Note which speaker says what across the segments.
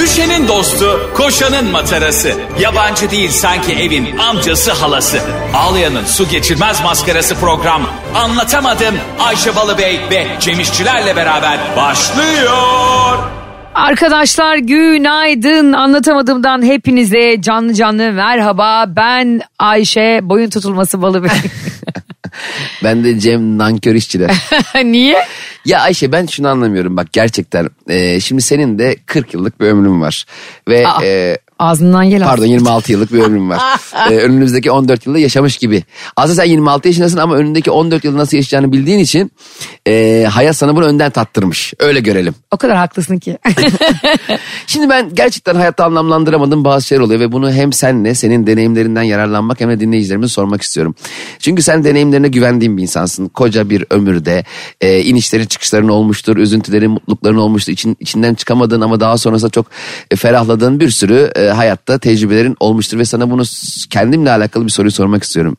Speaker 1: Ayşe'nin dostu, koşanın matarası. Yabancı değil sanki evin amcası halası. Ağlayan'ın su geçirmez maskarası program. Anlatamadım Ayşe Balıbey ve Cemişçilerle beraber başlıyor.
Speaker 2: Arkadaşlar günaydın. Anlatamadığımdan hepinize canlı canlı merhaba. Ben Ayşe boyun tutulması balı
Speaker 3: Ben de Cem nankör işçiler.
Speaker 2: Niye?
Speaker 3: ya Ayşe ben şunu anlamıyorum bak gerçekten. Ee, şimdi senin de 40 yıllık bir ömrün var. Ve
Speaker 2: Aa.
Speaker 3: e,
Speaker 2: Ağzından gel
Speaker 3: pardon
Speaker 2: aslında.
Speaker 3: 26 yıllık bir ömrüm var. Ee, önümüzdeki 14 yılda yaşamış gibi. Aslında sen 26 yaşındasın ama önündeki 14 yılı nasıl yaşayacağını bildiğin için e, hayat sana bunu önden tattırmış. Öyle görelim.
Speaker 2: O kadar haklısın ki.
Speaker 3: Şimdi ben gerçekten hayatta anlamlandıramadığım bazı şeyler oluyor ve bunu hem senle senin deneyimlerinden yararlanmak hem de dinleyicilerime sormak istiyorum. Çünkü sen deneyimlerine güvendiğim bir insansın. Koca bir ömürde e, inişlerin çıkışların olmuştur, üzüntülerin mutlulukların olmuştur. İçin, içinden çıkamadığın ama daha sonrasında çok e, ferahladığın bir sürü e, hayatta tecrübelerin olmuştur. Ve sana bunu s- kendimle alakalı bir soruyu sormak istiyorum.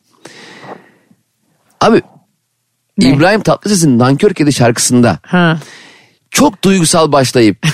Speaker 3: Abi
Speaker 2: Ne?
Speaker 3: İbrahim Tatlıses'in Nankör Kedi şarkısında
Speaker 2: ha.
Speaker 3: çok duygusal başlayıp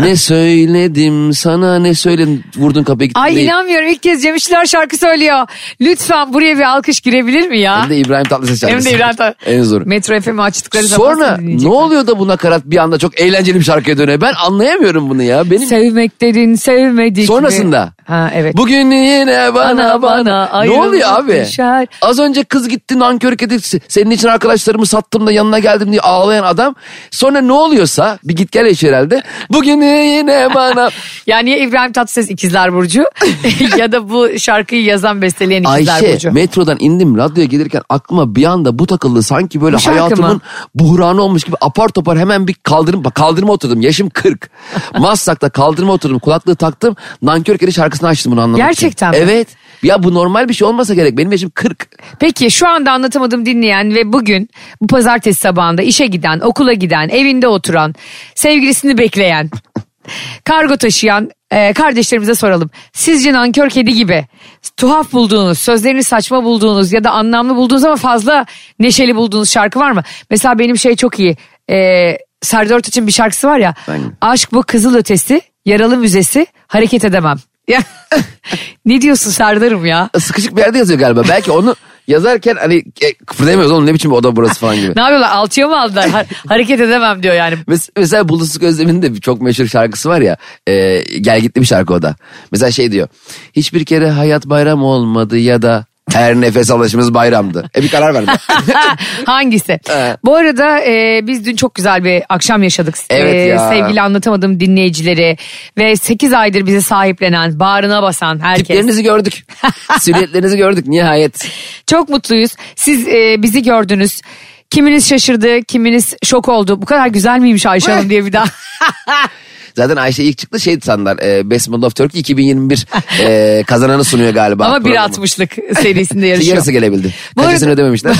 Speaker 3: ne söyledim sana ne söyledim vurdun kapıya gittin.
Speaker 2: Ay
Speaker 3: değil.
Speaker 2: inanmıyorum ilk kez Cem İşçiler şarkı söylüyor. Lütfen buraya bir alkış girebilir mi ya?
Speaker 3: Hem de İbrahim Tatlıses
Speaker 2: Hem
Speaker 3: şarkısı.
Speaker 2: de İbrahim Tat-
Speaker 3: en zoru.
Speaker 2: Metro FM'i açtıkları zaman
Speaker 3: Sonra
Speaker 2: seni
Speaker 3: ne
Speaker 2: dinleyecekler.
Speaker 3: oluyor da bu nakarat bir anda çok eğlenceli bir şarkıya dönüyor. Ben anlayamıyorum bunu ya. Benim
Speaker 2: Sevmek dedin sevmedik mi?
Speaker 3: sonrasında.
Speaker 2: Ha evet.
Speaker 3: Bugün yine bana
Speaker 2: Bana, bana
Speaker 3: bana. ne
Speaker 2: ayrılık
Speaker 3: oluyor abi?
Speaker 2: düşer.
Speaker 3: Az önce kız gitti nankörlük edip senin için arkadaşlarımı sattım da yanına geldim diye ağlayan adam. Sonra ne oluyorsa bir git gel eşi herhalde. Bugün yine bana.
Speaker 2: Yani ya İbrahim Tatlıses İkizler Burcu ya da bu şarkıyı yazan besteleyen İkizler
Speaker 3: Ayşe
Speaker 2: Burcu.
Speaker 3: metrodan indim radyoya gelirken aklıma bir anda bu takıldı sanki böyle
Speaker 2: Bu şarkı
Speaker 3: hayatımın
Speaker 2: mı?
Speaker 3: buhranı olmuş gibi apar topar hemen bir kaldırım bak kaldırıma oturdum yaşım 40. Maslak'ta kaldırıma oturdum kulaklığı taktım nankör kedi şarkısını açtım bunu anlamak
Speaker 2: Gerçekten mi?
Speaker 3: için. Evet ya bu normal bir şey olmasa gerek benim yaşım 40.
Speaker 2: Peki şu anda anlatamadım dinleyen ve bugün bu pazartesi sabahında işe giden, okula giden, evinde oturan, sevgilisini bekleyen, kargo taşıyan e, kardeşlerimize soralım. Sizce nankör kedi gibi tuhaf bulduğunuz, sözlerini saçma bulduğunuz ya da anlamlı bulduğunuz ama fazla neşeli bulduğunuz şarkı var mı? Mesela benim şey çok iyi. E, Serdar için bir şarkısı var ya.
Speaker 3: Hangi?
Speaker 2: Aşk bu kızıl ötesi, yaralı müzesi, hareket edemem. Ya, ne diyorsun Serdar'ım ya?
Speaker 3: Sıkışık bir yerde yazıyor galiba belki onu yazarken hani e, kıpırdayamıyoruz oğlum ne biçim bir oda burası falan gibi.
Speaker 2: Ne yapıyorlar alçıya mı aldılar? Ha- hareket edemem diyor yani.
Speaker 3: Mes- Mesela Bulutsuz Özlem'in de bir çok meşhur şarkısı var ya. E, gel gitti bir şarkı o da. Mesela şey diyor. Hiçbir kere hayat bayram olmadı ya da her nefes alışımız bayramdı. E bir karar verdim.
Speaker 2: Hangisi?
Speaker 3: Evet.
Speaker 2: Bu arada e, biz dün çok güzel bir akşam yaşadık. E,
Speaker 3: Evet ya.
Speaker 2: Sevgili anlatamadığım dinleyicileri ve 8 aydır bizi sahiplenen, bağrına basan herkes.
Speaker 3: Tiplerinizi gördük. Silüetlerinizi gördük nihayet.
Speaker 2: Çok mutluyuz. Siz e, bizi gördünüz. Kiminiz şaşırdı, kiminiz şok oldu. Bu kadar güzel miymiş Ayşe Hanım diye bir daha.
Speaker 3: Zaten Ayşe ilk çıktı şey sandılar. E, Best Model of Turkey 2021 e, kazananı sunuyor galiba.
Speaker 2: Ama
Speaker 3: programı.
Speaker 2: 1.60'lık serisinde
Speaker 3: Ki
Speaker 2: yarışıyor.
Speaker 3: Yarısı gelebildi.
Speaker 2: Bu arada-
Speaker 3: Kaçasını ödememişler.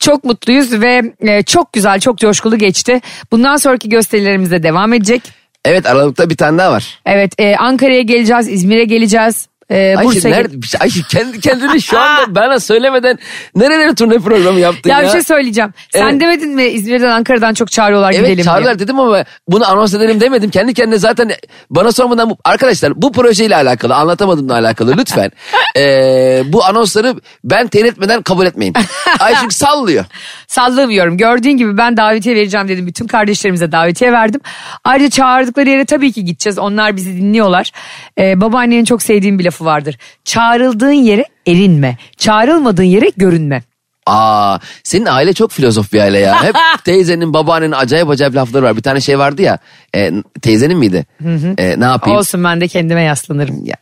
Speaker 2: çok mutluyuz ve e, çok güzel, çok coşkulu geçti. Bundan sonraki gösterilerimiz de devam edecek.
Speaker 3: Evet Aralık'ta bir tane daha var.
Speaker 2: Evet e, Ankara'ya geleceğiz, İzmir'e geleceğiz. E,
Speaker 3: Ayşe,
Speaker 2: Bursa'ya
Speaker 3: nerede, Ayşe kendi kendini şu anda bana söylemeden nerelere turne programı yaptın ya?
Speaker 2: Ya bir şey söyleyeceğim. Sen
Speaker 3: Evet.
Speaker 2: demedin mi İzmir'den Ankara'dan çok çağırıyorlar gidelim
Speaker 3: Evet
Speaker 2: diye.
Speaker 3: çağırırlar dedim ama bunu anons edelim demedim. Kendi kendine zaten bana sormadan bu- arkadaşlar bu projeyle alakalı anlatamadığımla alakalı lütfen. Ee, bu anonsları ben tehdit etmeden kabul etmeyin. Ay çünkü sallıyor.
Speaker 2: Sallamıyorum. Gördüğün gibi ben davetiye vereceğim dedim. Bütün kardeşlerimize davetiye verdim. Ayrıca çağırdıkları yere tabii ki gideceğiz. Onlar bizi dinliyorlar. E, babaannenin çok sevdiğim bir lafı vardır. Çağrıldığın yere erinme. Çağrılmadığın yere görünme.
Speaker 3: Aa, senin aile çok filozof bir aile ya. Hep teyzenin babaannenin acayip acayip lafları var. Bir tane şey vardı ya e, teyzenin miydi? E, ne yapayım?
Speaker 2: Olsun ben de kendime yaslanırım.
Speaker 3: Ya,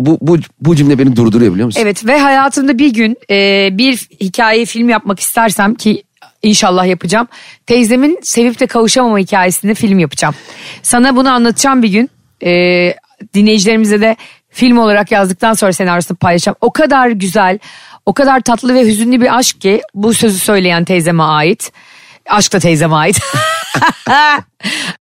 Speaker 3: bu, bu, bu cümle beni durduruyor biliyor musun?
Speaker 2: Evet ve hayatımda bir gün e, bir hikaye film yapmak istersem ki inşallah yapacağım. Teyzemin sevip de kavuşamama hikayesini film yapacağım. Sana bunu anlatacağım bir gün. E, dinleyicilerimize de film olarak yazdıktan sonra senaryosunu paylaşacağım. O kadar güzel, o kadar tatlı ve hüzünlü bir aşk ki bu sözü söyleyen teyzeme ait. Aşk da teyzeme ait.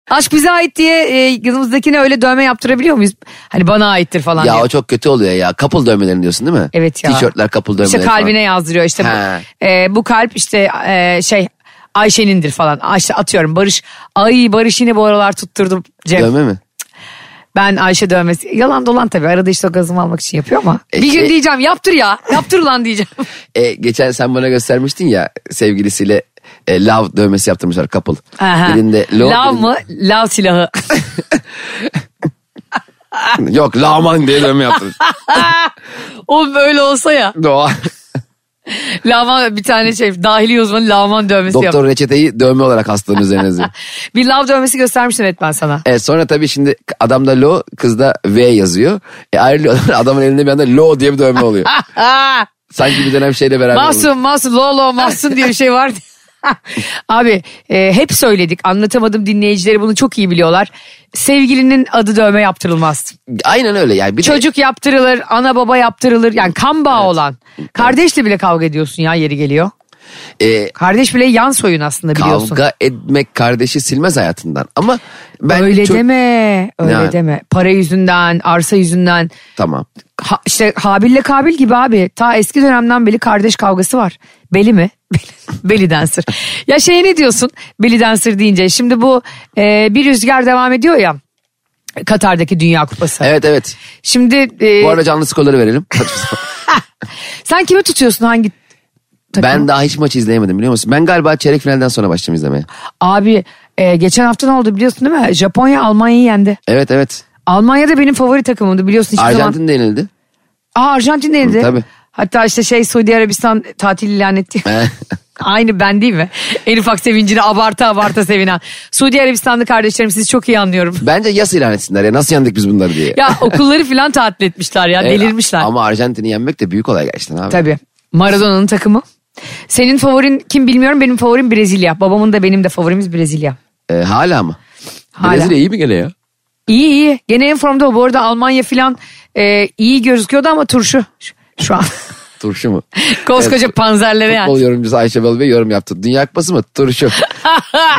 Speaker 2: Aşk bize ait diye e, yanımızdakine öyle dövme yaptırabiliyor muyuz? Hani bana aittir falan diye.
Speaker 3: Ya o çok kötü oluyor ya. Kapıl dövmelerini diyorsun değil mi?
Speaker 2: Evet ya.
Speaker 3: Tişörtler kapıl dövmeleri
Speaker 2: İşte
Speaker 3: falan.
Speaker 2: kalbine yazdırıyor işte bu,
Speaker 3: He.
Speaker 2: e, bu kalp işte e, şey Ayşe'nindir falan. Ayşe atıyorum Barış. Ay Barış yine bu aralar tutturdu Cem.
Speaker 3: Dövme mi?
Speaker 2: Ben Ayşe dövmesi. Yalan dolan tabii. Arada işte o gazımı almak için yapıyor ama.
Speaker 3: E,
Speaker 2: bir
Speaker 3: şey-
Speaker 2: gün diyeceğim yaptır ya. Yaptır lan diyeceğim.
Speaker 3: E, geçen sen bana göstermiştin ya sevgilisiyle e, love dövmesi yaptırmışlar couple.
Speaker 2: Aha.
Speaker 3: Birinde love,
Speaker 2: Lav mı? Lav silahı.
Speaker 3: birinde- Yok lağman diye dövme yaptırmış.
Speaker 2: Oğlum böyle olsa ya.
Speaker 3: Doğa.
Speaker 2: Lavan bir tane şey dahili uzmanı lavan dövmesi yap.
Speaker 3: Doktor reçeteyi dövme olarak hastanın üzerine yazıyor.
Speaker 2: Bir lav dövmesi göstermiştim etmen sana.
Speaker 3: E, sonra tabii şimdi adamda lo kızda V yazıyor. E, ayrılıyorlar adamın elinde bir anda lo diye bir dövme oluyor.
Speaker 2: Aa,
Speaker 3: Sanki bir dönem şeyle beraber olmuş.
Speaker 2: masum masum lolo masum diye bir şey vardı. Abi e, hep söyledik anlatamadım dinleyicileri bunu çok iyi biliyorlar. Sevgilinin adı dövme yaptırılmaz.
Speaker 3: Aynen öyle yani. Bir de-
Speaker 2: Çocuk yaptırılır, ana baba yaptırılır. Yani kan bağı olan. Kardeşle bile kavga ediyorsun ya yeri geliyor.
Speaker 3: e,
Speaker 2: Kardeş bile yan soyun aslında biliyorsun.
Speaker 3: kavga etmek kardeşi silmez hayatından. Ama ben
Speaker 2: öyle
Speaker 3: çok-
Speaker 2: deme, öyle
Speaker 3: Yani.
Speaker 2: deme. Para yüzünden, arsa yüzünden.
Speaker 3: Tamam.
Speaker 2: Ha, işte Habil'le Kabil gibi abi. Ta eski dönemden beri kardeş kavgası var. Beli mi? Beli- Belly dancer. Ya şey ne diyorsun? Belly dancer deyince. Şimdi bu e, bir rüzgar devam ediyor ya. Katar'daki Dünya Kupası.
Speaker 3: Evet evet.
Speaker 2: Şimdi e,
Speaker 3: Bu arada canlı skorları verelim.
Speaker 2: sen kimi tutuyorsun hangi takım?
Speaker 3: ben daha hiç maç izleyemedim biliyor musun? Ben galiba çeyrek finalden sonra başladım izlemeye.
Speaker 2: Abi e, geçen hafta ne oldu biliyorsun değil mi? Japonya Almanya'yı yendi.
Speaker 3: Evet evet.
Speaker 2: Almanya da benim favori takımımdı biliyorsun hiçbir zaman.
Speaker 3: Arjantin de yenildi.
Speaker 2: Aa Arjantin denildi.
Speaker 3: Hı, tabii.
Speaker 2: Hatta işte şey Suudi Arabistan tatil ilan etti. Aynı ben değil mi? En ufak sevincini abarta abarta sevinen. Suudi Arabistanlı kardeşlerim sizi çok iyi anlıyorum.
Speaker 3: Bence yas ilan etsinler ya nasıl yendik biz bunları diye.
Speaker 2: Ya okulları filan tatil etmişler ya
Speaker 3: Evet,
Speaker 2: delirmişler.
Speaker 3: E, Ama Arjantin'i yenmek de büyük olay gerçekten abi.
Speaker 2: Tabii. Maradona'nın takımı. Senin favorin kim bilmiyorum benim favorim Brezilya. Babamın da benim de favorimiz Brezilya.
Speaker 3: E, hala mı?
Speaker 2: Hala.
Speaker 3: Brezilya iyi mi gene ya?
Speaker 2: İyi iyi. Gene en formda o. Bu arada Almanya filan e, iyi gözüküyordu ama turşu şu, şu an.
Speaker 3: Turşu mu?
Speaker 2: Koskoca
Speaker 3: Evet,
Speaker 2: panzerlere
Speaker 3: Futbol
Speaker 2: yani.
Speaker 3: yorumcusu Ayşe Balı Bey yorum yaptı. Dünya Kupası mı? Turşu.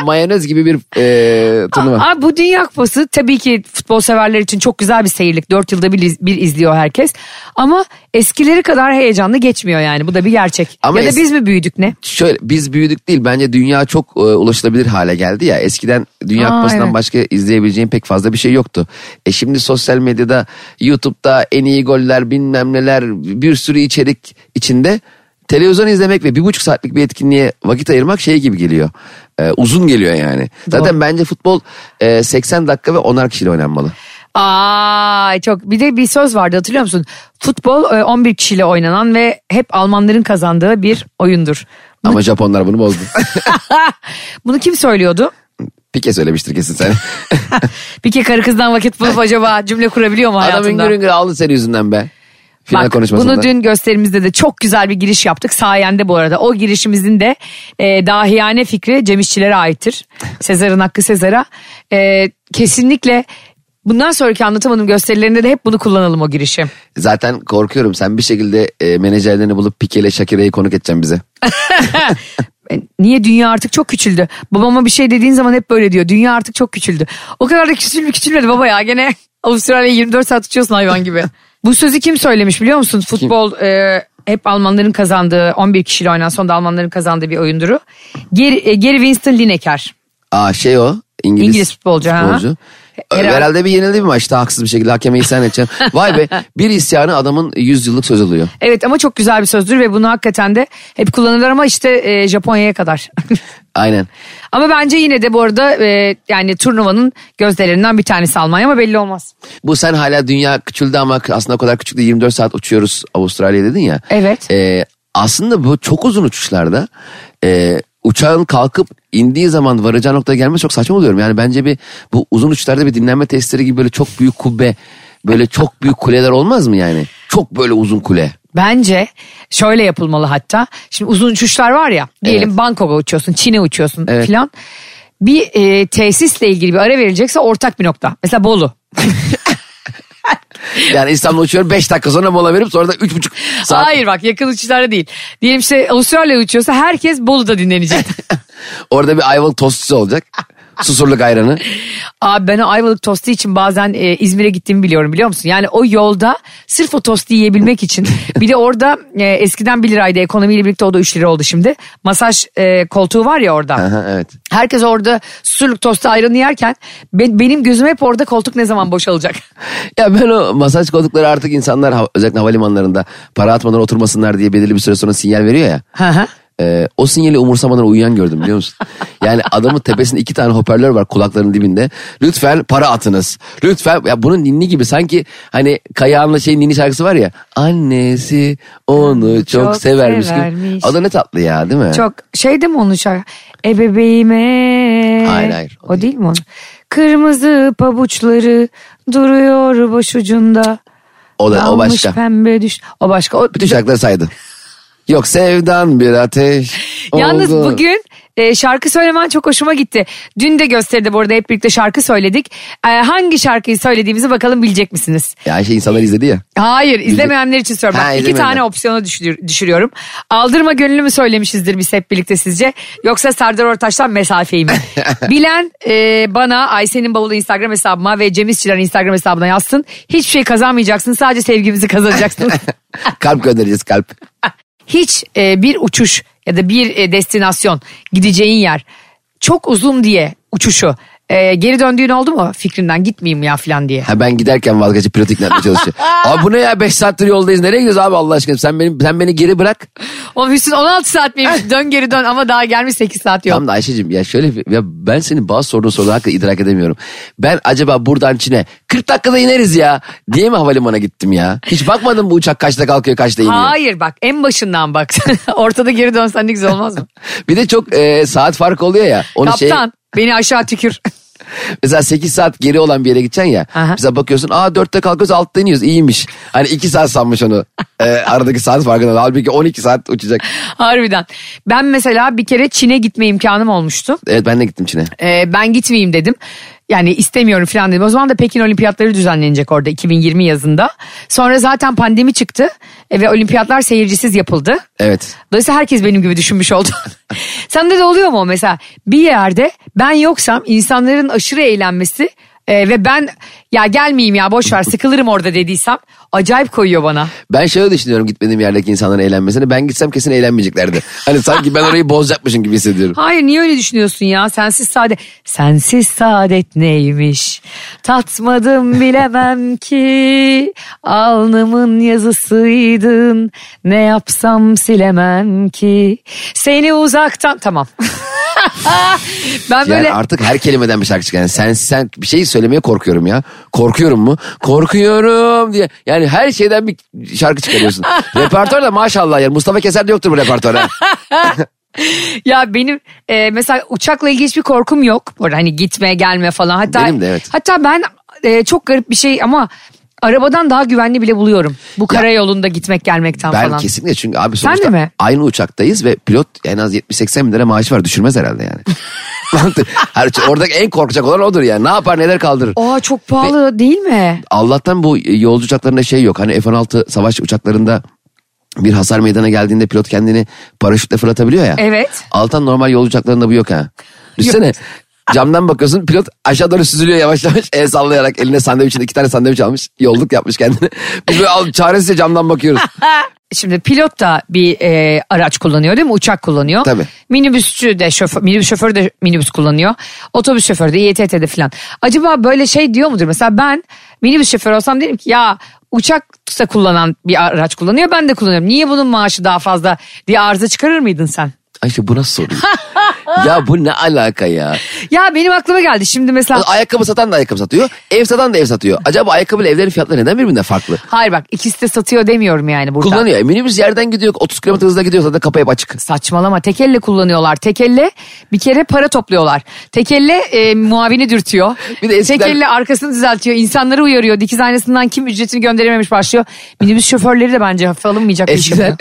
Speaker 3: Mayonez gibi bir e, turnuva.
Speaker 2: Aa, bu Dünya Kupası tabii ki futbol severler için çok güzel bir seyirlik. Dört yılda bir, iz- bir izliyor herkes. Ama eskileri kadar heyecanlı geçmiyor yani. Bu da bir gerçek.
Speaker 3: Ama
Speaker 2: ya da
Speaker 3: es-
Speaker 2: biz mi büyüdük ne?
Speaker 3: Şöyle biz büyüdük değil bence dünya çok e, ulaşılabilir hale geldi ya. Eskiden Dünya
Speaker 2: Aa,
Speaker 3: Kupası'ndan
Speaker 2: evet.
Speaker 3: başka izleyebileceğin pek fazla bir şey yoktu. E şimdi sosyal medyada YouTube'da en iyi goller bilmem neler bir sürü içerik içinde televizyon izlemek ve bir buçuk saatlik bir etkinliğe vakit ayırmak şey gibi geliyor. E, uzun geliyor yani. Zaten bence futbol e, 80 dakika ve 10'ar kişiyle oynanmalı.
Speaker 2: Aa çok. Bir de bir söz vardı hatırlıyor musun? Futbol e, 11 kişiyle oynanan ve hep Almanların kazandığı bir oyundur.
Speaker 3: Ama Japonlar bunu bozdu.
Speaker 2: Bunu kim söylüyordu?
Speaker 3: Pike söylemiştir kesin sen.
Speaker 2: Bir kere karı kızdan vakit bulup acaba cümle kurabiliyor mu
Speaker 3: Adam
Speaker 2: hayatında?
Speaker 3: hüngür hüngür ağladı senin yüzünden be. Final
Speaker 2: Bak,
Speaker 3: konuşmasında.
Speaker 2: Bunu dün gösterimizde de çok güzel bir giriş yaptık. Sayende bu arada. O girişimizin de e, dahiyane fikri Cem İşçilere aittir. Sezar'ın hakkı Sezar'a. E, kesinlikle bundan sonraki anlatamadım gösterilerinde de hep bunu kullanalım o girişi.
Speaker 3: Zaten korkuyorum sen bir şekilde e, menajerlerini bulup Pike ile Shakira'yı konuk edeceksin bize.
Speaker 2: E, Niye dünya artık çok küçüldü? Babama bir şey dediğin zaman hep böyle diyor. Dünya artık çok küçüldü. O kadar da küçülmü küçülmedi baba ya. Gene Avustralya'ya 24 saat uçuyorsun hayvan gibi. Bu sözü kim söylemiş biliyor musun? Futbol e, hep Almanların kazandığı 11 kişiyle oynanan sonunda Almanların kazandığı bir oyunduru. Geri, e, Gary Winston Lineker.
Speaker 3: Aa şey o İngiliz,
Speaker 2: İngiliz futbolcu, ha. Herhalde-
Speaker 3: Herhalde. bir yenildi bir maçta haksız bir şekilde hakeme isyan edeceksin. Vay be bir isyanı adamın 100 yıllık söz oluyor.
Speaker 2: Evet ama çok güzel bir sözdür ve bunu hakikaten de hep kullanırlar ama işte e, Japonya'ya kadar.
Speaker 3: Aynen.
Speaker 2: ama bence yine de bu arada e, yani turnuvanın gözdelerinden bir tanesi Almanya ama belli olmaz.
Speaker 3: Bu sen hala dünya küçüldü ama aslında o kadar küçük değil 24 saat uçuyoruz Avustralya dedin ya.
Speaker 2: Evet.
Speaker 3: E, aslında bu çok uzun uçuşlarda e, uçağın kalkıp indiği zaman varacağı noktaya gelmesi çok saçma oluyorum. Yani bence bir bu uzun uçuşlarda bir dinlenme testleri gibi böyle çok büyük kubbe böyle çok büyük kuleler olmaz mı yani? Çok böyle uzun kule.
Speaker 2: Bence şöyle yapılmalı hatta. Şimdi uzun uçuşlar var ya. Diyelim
Speaker 3: Evet.
Speaker 2: Bangkok'a uçuyorsun, Çin'e uçuyorsun
Speaker 3: Evet.
Speaker 2: filan. Bir e, tesisle ilgili bir ara verilecekse ortak bir nokta. Mesela Bolu.
Speaker 3: Yani İstanbul'a uçuyorum 5 dakika sonra mola verip sonra da 3,5 saat
Speaker 2: Hayır bak yakın uçuşlarda değil. Diyelim işte Avustralya'ya uçuyorsa herkes Bolu'da dinlenecek.
Speaker 3: orada bir ayvalık tostusu olacak. Susurluk ayranı.
Speaker 2: Abi ben o Ayvalık tostu için bazen e, İzmir'e gittiğimi biliyorum biliyor musun? Yani o yolda sırf o tostu yiyebilmek için. bir de orada e, eskiden 1 liraydı ekonomiyle birlikte o da 3 lira oldu şimdi. Masaj e, koltuğu var ya orada.
Speaker 3: Aha, evet.
Speaker 2: Herkes orada susurluk tostu ayranı yerken ben- benim gözüm hep orada koltuk ne zaman boşalacak?
Speaker 3: Ya ben o masaj koltukları artık insanlar hava- özellikle havalimanlarında para atmadan oturmasınlar diye belirli bir süre sonra sinyal veriyor ya.
Speaker 2: Hı hı.
Speaker 3: Ee, o sinyali umursamadan uyuyan gördüm biliyor musun? Yani adamın tepesinde iki tane hoparlör var kulaklarının dibinde. Lütfen para atınız. Lütfen ya bunun ninni gibi sanki hani Kayahan'la şeyin ninni şarkısı var ya. Annesi onu çok,
Speaker 2: Çok
Speaker 3: severmiş, gibi.
Speaker 2: severmiş.
Speaker 3: O da ne tatlı ya değil mi?
Speaker 2: Çok şey değil mi onun şarkı? Ebebeğime.
Speaker 3: Hayır, hayır, o
Speaker 2: O, değil mi onun? Kırmızı pabuçları duruyor başucunda.
Speaker 3: O da- o
Speaker 2: Dalmış
Speaker 3: başka.
Speaker 2: pembe düş. O başka. O,
Speaker 3: Bütün şarkıları saydı. Yok sevdan bir ateş.
Speaker 2: Yalnız
Speaker 3: oldu.
Speaker 2: bugün e, şarkı söylemen çok hoşuma gitti. Dün de gösteride bu arada hep birlikte şarkı söyledik. E, hangi şarkıyı söylediğimizi bakalım bilecek misiniz?
Speaker 3: Ya şey insanlar izledi ya.
Speaker 2: Hayır izlemeyenler için soruyorum.
Speaker 3: Ha,
Speaker 2: Bak, iki
Speaker 3: izlemeyenler.
Speaker 2: tane opsiyona düşür- düşürüyorum. Aldırma gönlünü mü söylemişizdir biz hep birlikte sizce? Yoksa Serdar Ortaç'tan mesafeyi mi? Bilen e, bana Ayşe'nin bavulu Instagram hesabıma ve Cem İşçilerin Instagram hesabına yazsın. Hiçbir şey kazanmayacaksınız sadece sevgimizi kazanacaksınız.
Speaker 3: kalp göndereceğiz kalp.
Speaker 2: Hiç e, bir uçuş ya da bir e, destinasyon gideceğin yer çok uzun diye uçuşu e, geri döndüğün oldu mu fikrinden gitmeyeyim ya falan diye.
Speaker 3: Ha ben giderken vazgeçip pilot ikna etmeye çalışıyor. abi bu ne ya 5 saattir yoldayız nereye gidiyoruz abi Allah aşkına sen beni, sen beni geri bırak.
Speaker 2: O Hüsnü 16 saat miymiş dön geri dön ama daha gelmiş 8 saat yok.
Speaker 3: Tam da Ayşe'cim ya şöyle bir- ya ben senin bazı sorduğun soruları hakikaten idrak edemiyorum. Ben acaba buradan Çin'e 40 dakikada ineriz ya diye mi havalimanına gittim ya? Hiç bakmadım bu uçak kaçta kalkıyor kaçta iniyor.
Speaker 2: Hayır bak en başından bak. Ortada geri dönsen ne güzel olmaz mı?
Speaker 3: Bir de çok e, saat farkı oluyor ya. Onu şey-
Speaker 2: Kaptan beni aşağı tükür.
Speaker 3: Mesela 8 saat geri olan bir yere gideceksin ya.
Speaker 2: Aha.
Speaker 3: Mesela bakıyorsun aa 4'te kalkıyoruz 6'da iniyoruz iyiymiş. Hani 2 saat sanmış onu. Ee, aradaki saat farkında. Halbuki 12 saat uçacak.
Speaker 2: Harbiden. Ben mesela bir kere Çin'e gitme imkanım olmuştu.
Speaker 3: Evet ben de gittim Çin'e.
Speaker 2: Ee, ben gitmeyeyim dedim. Yani istemiyorum falan dedim. O zaman da Pekin Olimpiyatları düzenlenecek orada 2020 yazında. Sonra zaten pandemi çıktı e, ve olimpiyatlar seyircisiz yapıldı.
Speaker 3: Evet.
Speaker 2: Dolayısıyla herkes benim gibi düşünmüş oldu. Sende de oluyor mu o mesela? Bir yerde ben yoksam insanların aşırı eğlenmesi e, ve ben ya gelmeyeyim ya boş ver sıkılırım orada dediysem acayip koyuyor bana.
Speaker 3: Ben şöyle düşünüyorum gitmediğim yerdeki insanların eğlenmesini. Ben gitsem kesin eğlenmeyeceklerdi. Hani sanki ben orayı bozacakmışım gibi hissediyorum.
Speaker 2: Hayır niye öyle düşünüyorsun ya? Sensiz saadet. Sensiz saadet neymiş? Tatmadım bilemem ki. Alnımın yazısıydın. Ne yapsam silemem ki. Seni uzaktan... Tamam. ben
Speaker 3: Yani
Speaker 2: böyle...
Speaker 3: artık her kelimeden bir şarkı çıkıyor. Yani sen, sen bir şey söylemeye korkuyorum ya. Korkuyorum mu? Korkuyorum diye. Yani her şeyden bir şarkı çıkarıyorsun. Repertuar da maşallah yani. Mustafa Keser de yoktur bu repertuara.
Speaker 2: Ya benim e, mesela uçakla ilgili hiçbir korkum yok. Bu arada hani gitme gelme falan. Hatta,
Speaker 3: Benim de evet.
Speaker 2: Hatta ben e, çok garip bir şey ama arabadan daha güvenli bile buluyorum. Bu karayolunda gitmek gelmekten
Speaker 3: Ben
Speaker 2: falan.
Speaker 3: kesinlikle çünkü abi
Speaker 2: Sen de
Speaker 3: sonuçta
Speaker 2: mi?
Speaker 3: aynı uçaktayız ve pilot en az 70-80 bin lira maaşı var düşürmez herhalde yani. Mantık. Her, şey- oradaki en korkacak olan odur yani. Ne yapar neler kaldırır.
Speaker 2: Aa çok pahalı değil mi?
Speaker 3: Allah'tan bu yolcu uçaklarında şey yok. Hani F-16 savaş uçaklarında bir hasar meydana geldiğinde pilot kendini paraşütle fırlatabiliyor ya.
Speaker 2: Evet.
Speaker 3: Altan normal yolcu uçaklarında bu yok ha. Düşsene camdan bakıyorsun pilot aşağı doğru süzülüyor yavaş yavaş el sallayarak eline sandviçin iki tane sandviç almış yolluk yapmış kendine. Biz böyle al- çaresizce camdan bakıyoruz.
Speaker 2: Ah! Şimdi pilot da bir e, araç kullanıyor değil mi? Uçak kullanıyor.
Speaker 3: Tabii.
Speaker 2: Minibüsçü de şoför, minibüs şoförü de minibüs kullanıyor. Otobüs şoförü de İETT'de falan. Acaba böyle şey diyor mudur? Mesela ben minibüs şoförü olsam derim ki ya uçakta kullanan bir araç kullanıyor ben de kullanıyorum. Niye bunun maaşı daha fazla diye arıza çıkarır mıydın sen?
Speaker 3: Ayşe bu nasıl soruyor? ya bu ne alaka ya?
Speaker 2: Ya benim aklıma geldi şimdi mesela.
Speaker 3: Ayakkabı satan da ayakkabı satıyor. Ev satan da ev satıyor. Acaba ayakkabı ile evlerin fiyatları neden birbirinden farklı?
Speaker 2: Hayır bak ikisi de satıyor demiyorum yani burada.
Speaker 3: Kullanıyor. Minibüs yerden gidiyor. 30 km hızla gidiyor. Zaten kapı hep açık.
Speaker 2: Saçmalama tekelle kullanıyorlar. Tekelle bir kere para topluyorlar. Tekelle e, muavini dürtüyor.
Speaker 3: Bir de eskiden-
Speaker 2: Tekelle arkasını düzeltiyor. insanları uyarıyor. Dikiz aynasından kim ücretini gönderememiş başlıyor. Minibüs şoförleri de bence hafife alınmayacak bir şey.
Speaker 3: Eskiden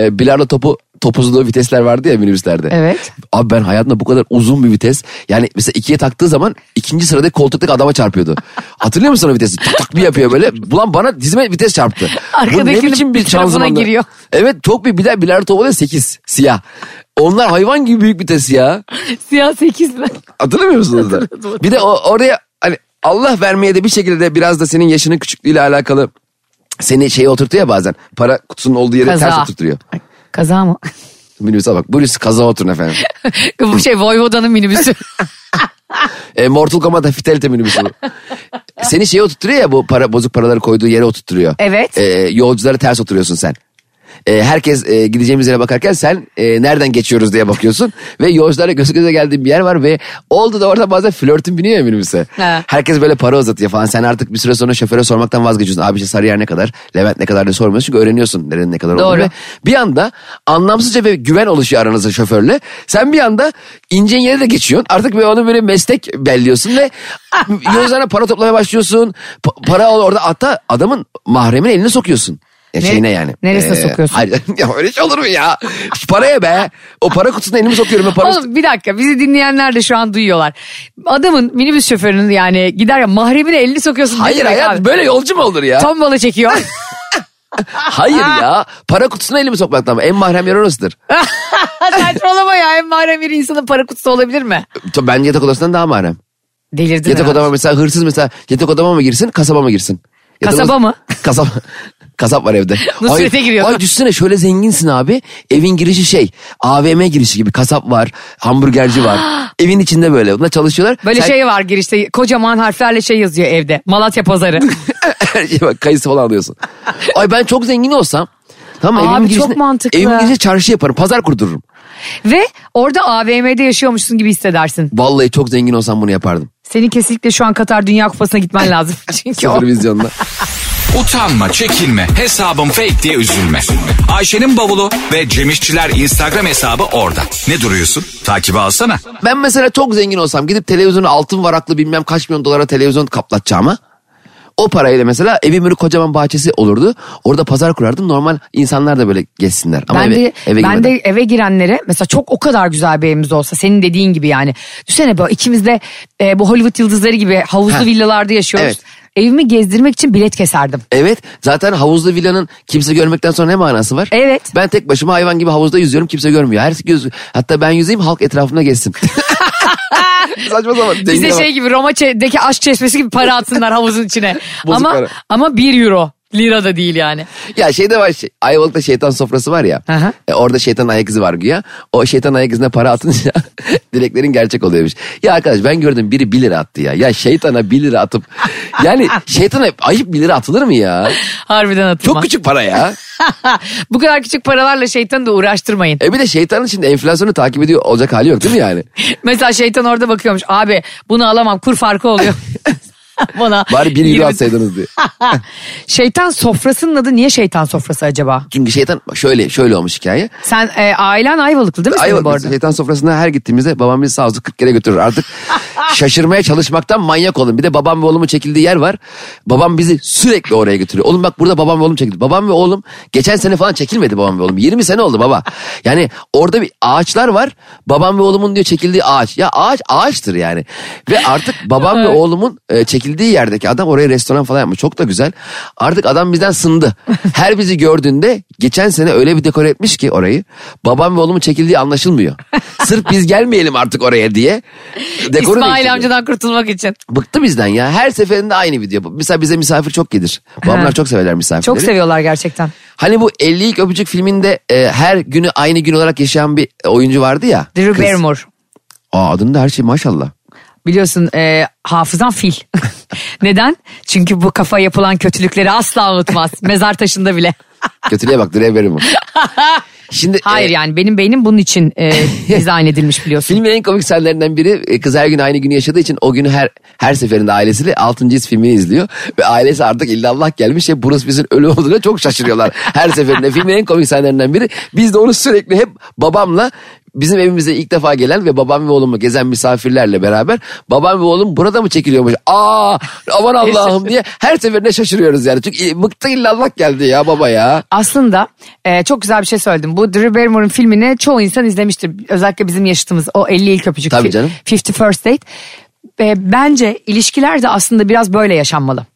Speaker 3: e, bilardo topu topuzlu vitesler vardı ya minibüslerde.
Speaker 2: Evet.
Speaker 3: Abi ben hayatımda bu kadar uzun bir vites. Yani mesela ikiye taktığı zaman ikinci sıradaki koltuktaki adama çarpıyordu. Hatırlıyor musun o vitesi? Tak tak bir yapıyor böyle. Ulan bana dizime vites çarptı. Bu ne
Speaker 2: Arkadakinin
Speaker 3: biçim bir
Speaker 2: bir tarafına
Speaker 3: şanzımanla?
Speaker 2: giriyor.
Speaker 3: Evet çok bir biler biler topu da 8 siyah. Onlar hayvan gibi büyük vites ya.
Speaker 2: Siyah 8 mi?
Speaker 3: Hatırlamıyor musunuz da? Bir de o, oraya hani Allah vermeye de bir şekilde de biraz da senin yaşının küçüklüğüyle alakalı seni şeye oturtuyor ya bazen. Para kutusunun olduğu yere ters oturtuyor.
Speaker 2: Ay, Kaza mı?
Speaker 3: Minibüse bak. Buyurun siz kaza oturun efendim.
Speaker 2: Bu şey Voyvoda'nın minibüsü.
Speaker 3: E, Mortal Kombat Fidelity minibüsü bu. Seni şeye oturtuyor ya bu para bozuk paraları koyduğu yere oturtuyor.
Speaker 2: Evet.
Speaker 3: E, yolculara ters oturuyorsun sen. E, herkes e, gideceğimiz yere bakarken sen e, nereden geçiyoruz diye bakıyorsun. ve yolculara göz göze geldiğin bir yer var ve oldu da orada bazen flörtün biniyor ya minibüse.
Speaker 2: Ha.
Speaker 3: Herkes böyle para uzatıyor falan. Sen artık bir süre sonra şoföre sormaktan vazgeçiyorsun. Abi işte Sarıyer ne kadar, Levent ne kadar diye sormuyorsun. Çünkü öğreniyorsun nerenin ne kadar olduğunu.
Speaker 2: Doğru.
Speaker 3: Ve Bir anda anlamsızca bir güven oluşuyor aranızda şoförle. Sen bir anda ince yere de geçiyorsun. Artık böyle onu böyle meslek belliyorsun ve yolcularına para toplamaya başlıyorsun. Pa- para al- orada hatta adamın mahremin eline sokuyorsun. Ya
Speaker 2: Ne-
Speaker 3: şeyine yani. Ee,
Speaker 2: neresine sokuyorsun?
Speaker 3: hayır, ya öyle şey olur mu ya? Şu Paraya be. O para kutusuna elimi sokuyorum. Ben para
Speaker 2: Oğlum bir dakika bizi dinleyenler de şu an duyuyorlar. Adamın minibüs şoförünün yani gider ya mahremine elini sokuyorsun. ne
Speaker 3: hayır
Speaker 2: demek
Speaker 3: hayat
Speaker 2: abi?
Speaker 3: böyle yolcu mu olur ya?
Speaker 2: Tombala çekiyor.
Speaker 3: Hayır ya. Para kutusuna elimi sokmaktan en mahrem yer orasıdır.
Speaker 2: Saçmalama ya en mahrem bir insanın para kutusu olabilir mi?
Speaker 3: Tabii Bence yatak odasından daha mahrem.
Speaker 2: Delirdin
Speaker 3: yatak
Speaker 2: herhalde.
Speaker 3: odama mesela hırsız mesela yatak odama mı girsin kasaba mı girsin? Yatak
Speaker 2: Kasaba
Speaker 3: odası-
Speaker 2: mı?
Speaker 3: Kasap. Kasap var evde.
Speaker 2: Nusret'e
Speaker 3: Ay-
Speaker 2: giriyorsun.
Speaker 3: Ay düşsene şöyle zenginsin abi. Evin girişi şey AVM girişi gibi kasap var hamburgerci var. Evin içinde böyle bunlar çalışıyorlar.
Speaker 2: Böyle
Speaker 3: Sen-
Speaker 2: şey var girişte kocaman harflerle şey yazıyor evde. Malatya pazarı.
Speaker 3: Şey bak kayısı falan alıyorsun. Ay ben çok zengin olsam Tamam,
Speaker 2: Abi
Speaker 3: evimin
Speaker 2: çok
Speaker 3: girişine-
Speaker 2: mantıklı.
Speaker 3: Evimin girişine çarşı yaparım. Pazar kurdururum.
Speaker 2: Ve orada AVM'de yaşıyormuşsun gibi hissedersin.
Speaker 3: Vallahi çok zengin olsam bunu yapardım.
Speaker 2: Senin kesinlikle şu an Katar Dünya Kupası'na gitmen lazım. Çünkü o
Speaker 3: Sıfır vizyonla.
Speaker 1: Utanma, çekinme, hesabım fake diye üzülme. Ayşe'nin bavulu ve Cemişçiler Instagram hesabı orada. Ne duruyorsun? Takibi alsana.
Speaker 3: Ben mesela çok zengin olsam gidip televizyonu altın varaklı bilmem kaç milyon dolara televizyon kaplatacağıma o parayla mesela evimin önü kocaman bahçesi olurdu. Orada pazar kurardım. Normal insanlar da böyle geçsinler. Ama
Speaker 2: ben
Speaker 3: eve,
Speaker 2: de
Speaker 3: eve
Speaker 2: ben de
Speaker 3: girmeden.
Speaker 2: eve girenlere mesela çok o kadar güzel bir evimiz olsa senin dediğin gibi yani. Düşsene böyle ikimiz de e, bu Hollywood yıldızları gibi havuzlu
Speaker 3: Ha.
Speaker 2: villalarda yaşıyoruz.
Speaker 3: Evet.
Speaker 2: Evimi gezdirmek için bilet keserdim.
Speaker 3: Evet zaten havuzlu villanın kimse görmekten sonra ne manası var?
Speaker 2: Evet.
Speaker 3: Ben tek başıma hayvan gibi havuzda yüzüyorum kimse görmüyor. Her göz, hatta ben yüzeyim halk etrafımda gezsin. Saçma sapan.
Speaker 2: Bize
Speaker 3: dengine bak.
Speaker 2: şey gibi Roma'daki aşk çeşmesi gibi para atsınlar havuzun içine.
Speaker 3: Bozuk
Speaker 2: ama
Speaker 3: para.
Speaker 2: ama 1 euro. Lira da değil yani.
Speaker 3: Ya şey de var şey, Ayvalık'ta şeytan sofrası var ya.
Speaker 2: Aha.
Speaker 3: E, orada şeytan ayak izi var güya. O şeytan ayak izine para atınca dileklerin gerçek oluyormuş. Ya arkadaş ben gördüm biri 1 lira attı ya. Ya şeytana 1 lira atıp yani şeytana ayıp 1 lira atılır mı ya?
Speaker 2: Harbiden atılma.
Speaker 3: Çok küçük para ya.
Speaker 2: Bu kadar küçük paralarla şeytanı da uğraştırmayın.
Speaker 3: E bir de şeytanın şimdi enflasyonu takip ediyor olacak hali yok değil mi yani?
Speaker 2: Mesela şeytan orada bakıyormuş. Abi bunu alamam kur farkı oluyor. Bana
Speaker 3: Bari 1
Speaker 2: yirmi-
Speaker 3: euro atsaydınız diye.
Speaker 2: şeytan sofrasının adı niye şeytan sofrası acaba?
Speaker 3: Çünkü şeytan şöyle şöyle olmuş hikaye.
Speaker 2: Sen e, ailen Ayvalıklı değil mi senin bu
Speaker 3: Ayvalık
Speaker 2: arada?
Speaker 3: şeytan sofrasına her gittiğimizde babam bizi sağ olsun 40 kere götürür. Artık şaşırmaya çalışmaktan manyak olun. Bir de babam ve oğlumun çekildiği yer var. Babam bizi sürekli oraya götürüyor. Oğlum bak burada babam ve oğlum çekildi. Babam ve oğlum geçen sene falan çekilmedi babam ve oğlum. 20 sene oldu baba. Yani orada bir ağaçlar var. Babam ve oğlumun diyor çekildiği ağaç. Ya ağaç ağaçtır yani. Ve artık babam ve oğlumun e, çekildiği yerdeki adam oraya restoran falan yapmış. Çok da güzel. Artık adam bizden sındı. Her bizi gördüğünde geçen sene öyle bir dekore etmiş ki orayı. Babam ve oğlumun çekildiği anlaşılmıyor. Sırf biz gelmeyelim artık oraya diye. Dekoru
Speaker 2: İsmail
Speaker 3: değiştiriyor.
Speaker 2: amcadan kurtulmak için.
Speaker 3: Bıktı bizden ya. Her seferinde aynı video. Mesela bize misafir çok gelir. Babamlar çok severler misafirleri.
Speaker 2: Çok seviyorlar gerçekten.
Speaker 3: Hani bu 50 ilk öpücük filminde e, her günü aynı gün olarak yaşayan bir oyuncu vardı ya.
Speaker 2: Drew
Speaker 3: kız.
Speaker 2: Barrymore.
Speaker 3: Aa adında her şey maşallah.
Speaker 2: Biliyorsun e, hafızan fil. Neden? Çünkü bu kafa yapılan kötülükleri asla unutmaz. Mezar taşında bile.
Speaker 3: Kötülüğe bak Drew Barrymore. Şimdi
Speaker 2: Hayır
Speaker 3: e,
Speaker 2: yani benim beynim bunun için e, dizayn edilmiş biliyorsun.
Speaker 3: Filmin en komik sahnelerinden biri e, kız her gün aynı günü yaşadığı için o günü her her seferinde ailesiyle 6. his filmini izliyor. Ve ailesi artık illallah gelmiş ya Bruce Willis'in ölü olduğuna çok şaşırıyorlar her seferinde. Filmin en komik sahnelerinden biri. Biz de onu sürekli hep babamla bizim evimize ilk defa gelen ve babam ve oğlumu gezen misafirlerle beraber babam ve oğlum burada mı çekiliyormuş? Aa aman Allah'ım diye her seferinde şaşırıyoruz yani. Çünkü e, bıktı illallah geldi ya baba ya.
Speaker 2: Aslında e, çok güzel bir şey söyledim. Bu Drew Barrymore'un filmini çoğu insan izlemiştir. Özellikle bizim yaşıtımız o 50 ilk öpücük.
Speaker 3: Tabii
Speaker 2: fi-
Speaker 3: canım.
Speaker 2: 50 First Date. E, bence ilişkiler de aslında biraz böyle yaşanmalı.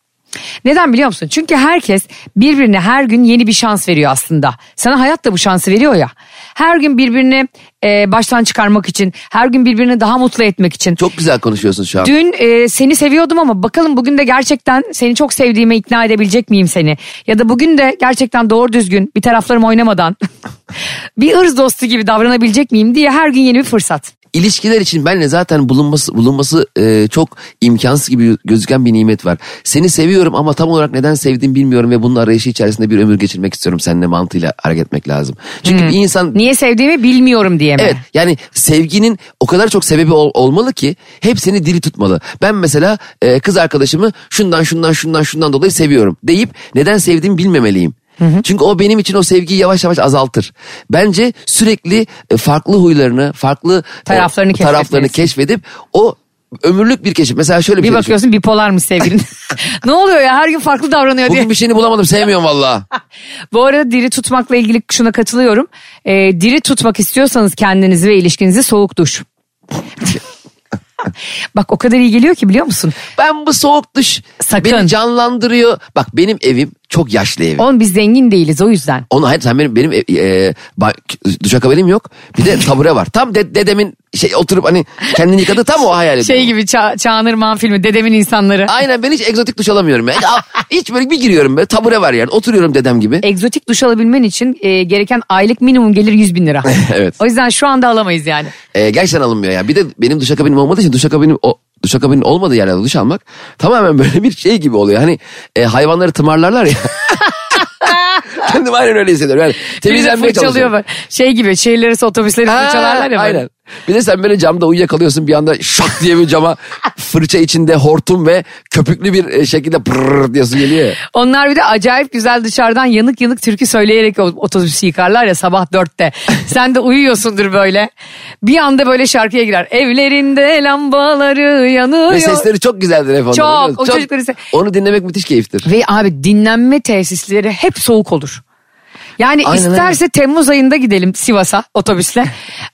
Speaker 2: Neden biliyor musun? Çünkü herkes birbirine her gün yeni bir şans veriyor aslında. Sana hayat da bu şansı veriyor ya. Her gün birbirini e, baştan çıkarmak için, her gün birbirini daha mutlu etmek için.
Speaker 3: Çok güzel konuşuyorsun şu an.
Speaker 2: Dün e, seni seviyordum ama bakalım bugün de gerçekten seni çok sevdiğime ikna edebilecek miyim seni? Ya da bugün de gerçekten doğru düzgün bir taraflarım oynamadan bir ırz dostu gibi davranabilecek miyim diye her gün yeni bir fırsat.
Speaker 3: İlişkiler için benle zaten bulunması bulunması e, çok imkansız gibi gözüken bir nimet var. Seni seviyorum ama tam olarak neden sevdiğimi bilmiyorum ve bunun arayışı içerisinde bir ömür geçirmek istiyorum seninle mantığıyla hareket etmek lazım. Çünkü bir insan
Speaker 2: Niye sevdiğimi bilmiyorum diye mi?
Speaker 3: Evet yani sevginin o kadar çok sebebi ol- olmalı ki hep seni diri tutmalı. Ben mesela e, kız arkadaşımı şundan şundan şundan şundan dolayı seviyorum deyip neden sevdiğimi bilmemeliyim. Çünkü o benim için o sevgiyi yavaş yavaş azaltır. Bence sürekli e, farklı huylarını, farklı e,
Speaker 2: Taraflarını
Speaker 3: taraflarını
Speaker 2: keşfetmelisin.
Speaker 3: keşfedip o ömürlük bir keşif. Mesela şöyle bir,
Speaker 2: Bir
Speaker 3: şey düşün.
Speaker 2: bakıyorsun bipolarmış sevgilin. ne oluyor ya her gün farklı davranıyor diye.
Speaker 3: Bugün bir şeyini bulamadım sevmiyorum valla.
Speaker 2: Bu arada diri tutmakla ilgili şuna katılıyorum. Ee, diri tutmak istiyorsanız kendinizi ve ilişkinizi soğuk duş. Bak o kadar iyi geliyor ki biliyor musun?
Speaker 3: Ben bu soğuk duş
Speaker 2: Sakın.
Speaker 3: beni canlandırıyor. Bak benim evim çok yaşlı evim.
Speaker 2: Oğlum biz zengin değiliz o yüzden.
Speaker 3: Onu hayır sen benim benim e, e, bak, duşakabelim yok. Bir de tabure var. Tam de- dedemin şey oturup hani kendini yıkadı tam o hayal ediyorum.
Speaker 2: Şey gibi Ça- Çağınırman filmi dedemin insanları.
Speaker 3: Aynen ben hiç egzotik duş alamıyorum. ya. Ya, hiç böyle bir giriyorum böyle tabure var yani oturuyorum dedem gibi.
Speaker 2: Egzotik duş alabilmen için e, gereken aylık minimum gelir 100 bin lira.
Speaker 3: Evet.
Speaker 2: O yüzden şu anda alamayız yani.
Speaker 3: E, gerçekten alınmıyor ya. Bir de benim duşakabelim olmadığı için duşakabelim o duşakabinin olmadığı yerlerde duş almak tamamen böyle bir şey gibi oluyor. Hani e, hayvanları tımarlarlar ya. Kendim aynen öyle hissediyorum. Yani
Speaker 2: Bizi
Speaker 3: temizlenmeye
Speaker 2: fırçalıyor
Speaker 3: çalışıyorum.
Speaker 2: böyle. Şey gibi şehirler arası otobüsleri
Speaker 3: Ha,
Speaker 2: fırçalarlar ya. böyle.
Speaker 3: Aynen. Bir de sen böyle camda uyuyakalıyorsun bir anda şak diye bir cama fırça içinde hortum ve köpüklü bir e, şekilde pırrr diye su geliyor. ya.
Speaker 2: Onlar bir de acayip güzel dışarıdan yanık yanık türkü söyleyerek o- otobüsü yıkarlar ya sabah dörtte. Sen de uyuyorsundur böyle. Bir anda böyle şarkıya girer. Evlerinde lambaları yanıyor.
Speaker 3: Ve sesleri çok güzeldir hep onların,
Speaker 2: Çok,
Speaker 3: biliyor musun?
Speaker 2: o çocukların se-
Speaker 3: Onu dinlemek müthiş keyiftir.
Speaker 2: Ve abi dinlenme tesisleri hep soğuk olur. Yani
Speaker 3: Aynen öyle.
Speaker 2: isterse Temmuz ayında gidelim Sivas'a otobüsle.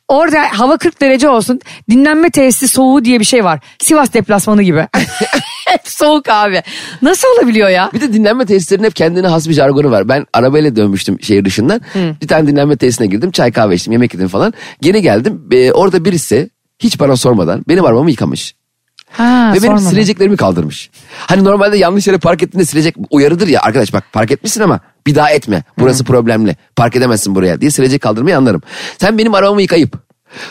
Speaker 2: Orada hava 40 derece olsun. Dinlenme tesisi soğuğu diye bir şey var. Sivas deplasmanı gibi. hep soğuk abi. Nasıl olabiliyor ya?
Speaker 3: Bir de dinlenme tesislerinin hep kendine has bir jargonu var. Ben arabayla dönmüştüm şehir dışından. Bir tane dinlenme tesisine girdim. Çay kahve içtim, yemek yedim falan. Geri geldim. E, orada birisi hiç bana sormadan benim arabamı yıkamış.
Speaker 2: Ha,
Speaker 3: Ve benim
Speaker 2: sormadım.
Speaker 3: sileceklerimi kaldırmış. Hani normalde yanlış yere park ettiğinde silecek uyarıdır ya arkadaş bak park etmişsin ama bir daha etme. Burası problemli. Park edemezsin buraya diye silecek kaldırmayı anlarım. Sen benim arabamı yıkayıp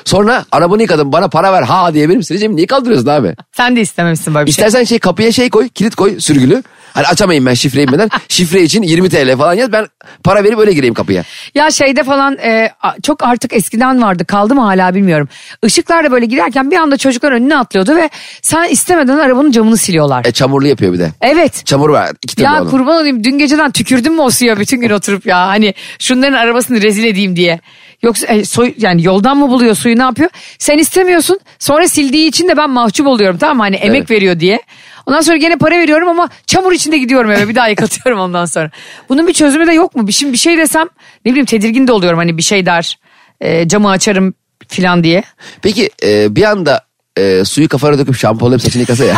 Speaker 3: sonra arabanı yıkadım bana para ver ha diye benim sileceğimi niye kaldırıyorsun abi?
Speaker 2: Sen de istememişsin böyle bir şey.
Speaker 3: İstersen şey kapıya şey koy kilit koy sürgülü. Hani açamayayım ben şifreyi bilmeden. Şifre için 20 TL falan yaz ben para verip öyle gireyim kapıya.
Speaker 2: Ya şeyde falan e, a- çok artık eskiden vardı kaldı mı hala bilmiyorum. Işıklarla böyle girerken bir anda çocuklar önüne atlıyordu ve sen istemeden arabanın camını siliyorlar.
Speaker 3: E, çamurlu yapıyor bir de.
Speaker 2: Evet.
Speaker 3: Çamur var iki türlü
Speaker 2: Ya
Speaker 3: onun.
Speaker 2: kurban olayım dün geceden tükürdün mü o suya bütün gün oturup ya hani şunların arabasını rezil edeyim diye. Yoksa e, soy, yani yoldan mı buluyor suyu ne yapıyor? Sen istemiyorsun sonra sildiği için de ben mahcup oluyorum tamam mı? Hani emek
Speaker 3: Evet.
Speaker 2: veriyor diye. Ondan sonra gene para veriyorum ama çamur içinde gidiyorum eve bir daha yıkatıyorum ondan sonra. Bunun bir çözümü de yok mu? Bir- Şimdi bir şey desem ne bileyim tedirgin de oluyorum hani bir şey der e, camı açarım filan diye.
Speaker 3: Peki e, bir anda e, suyu kafana döküp şampuanlayıp saçını yıkasa ya.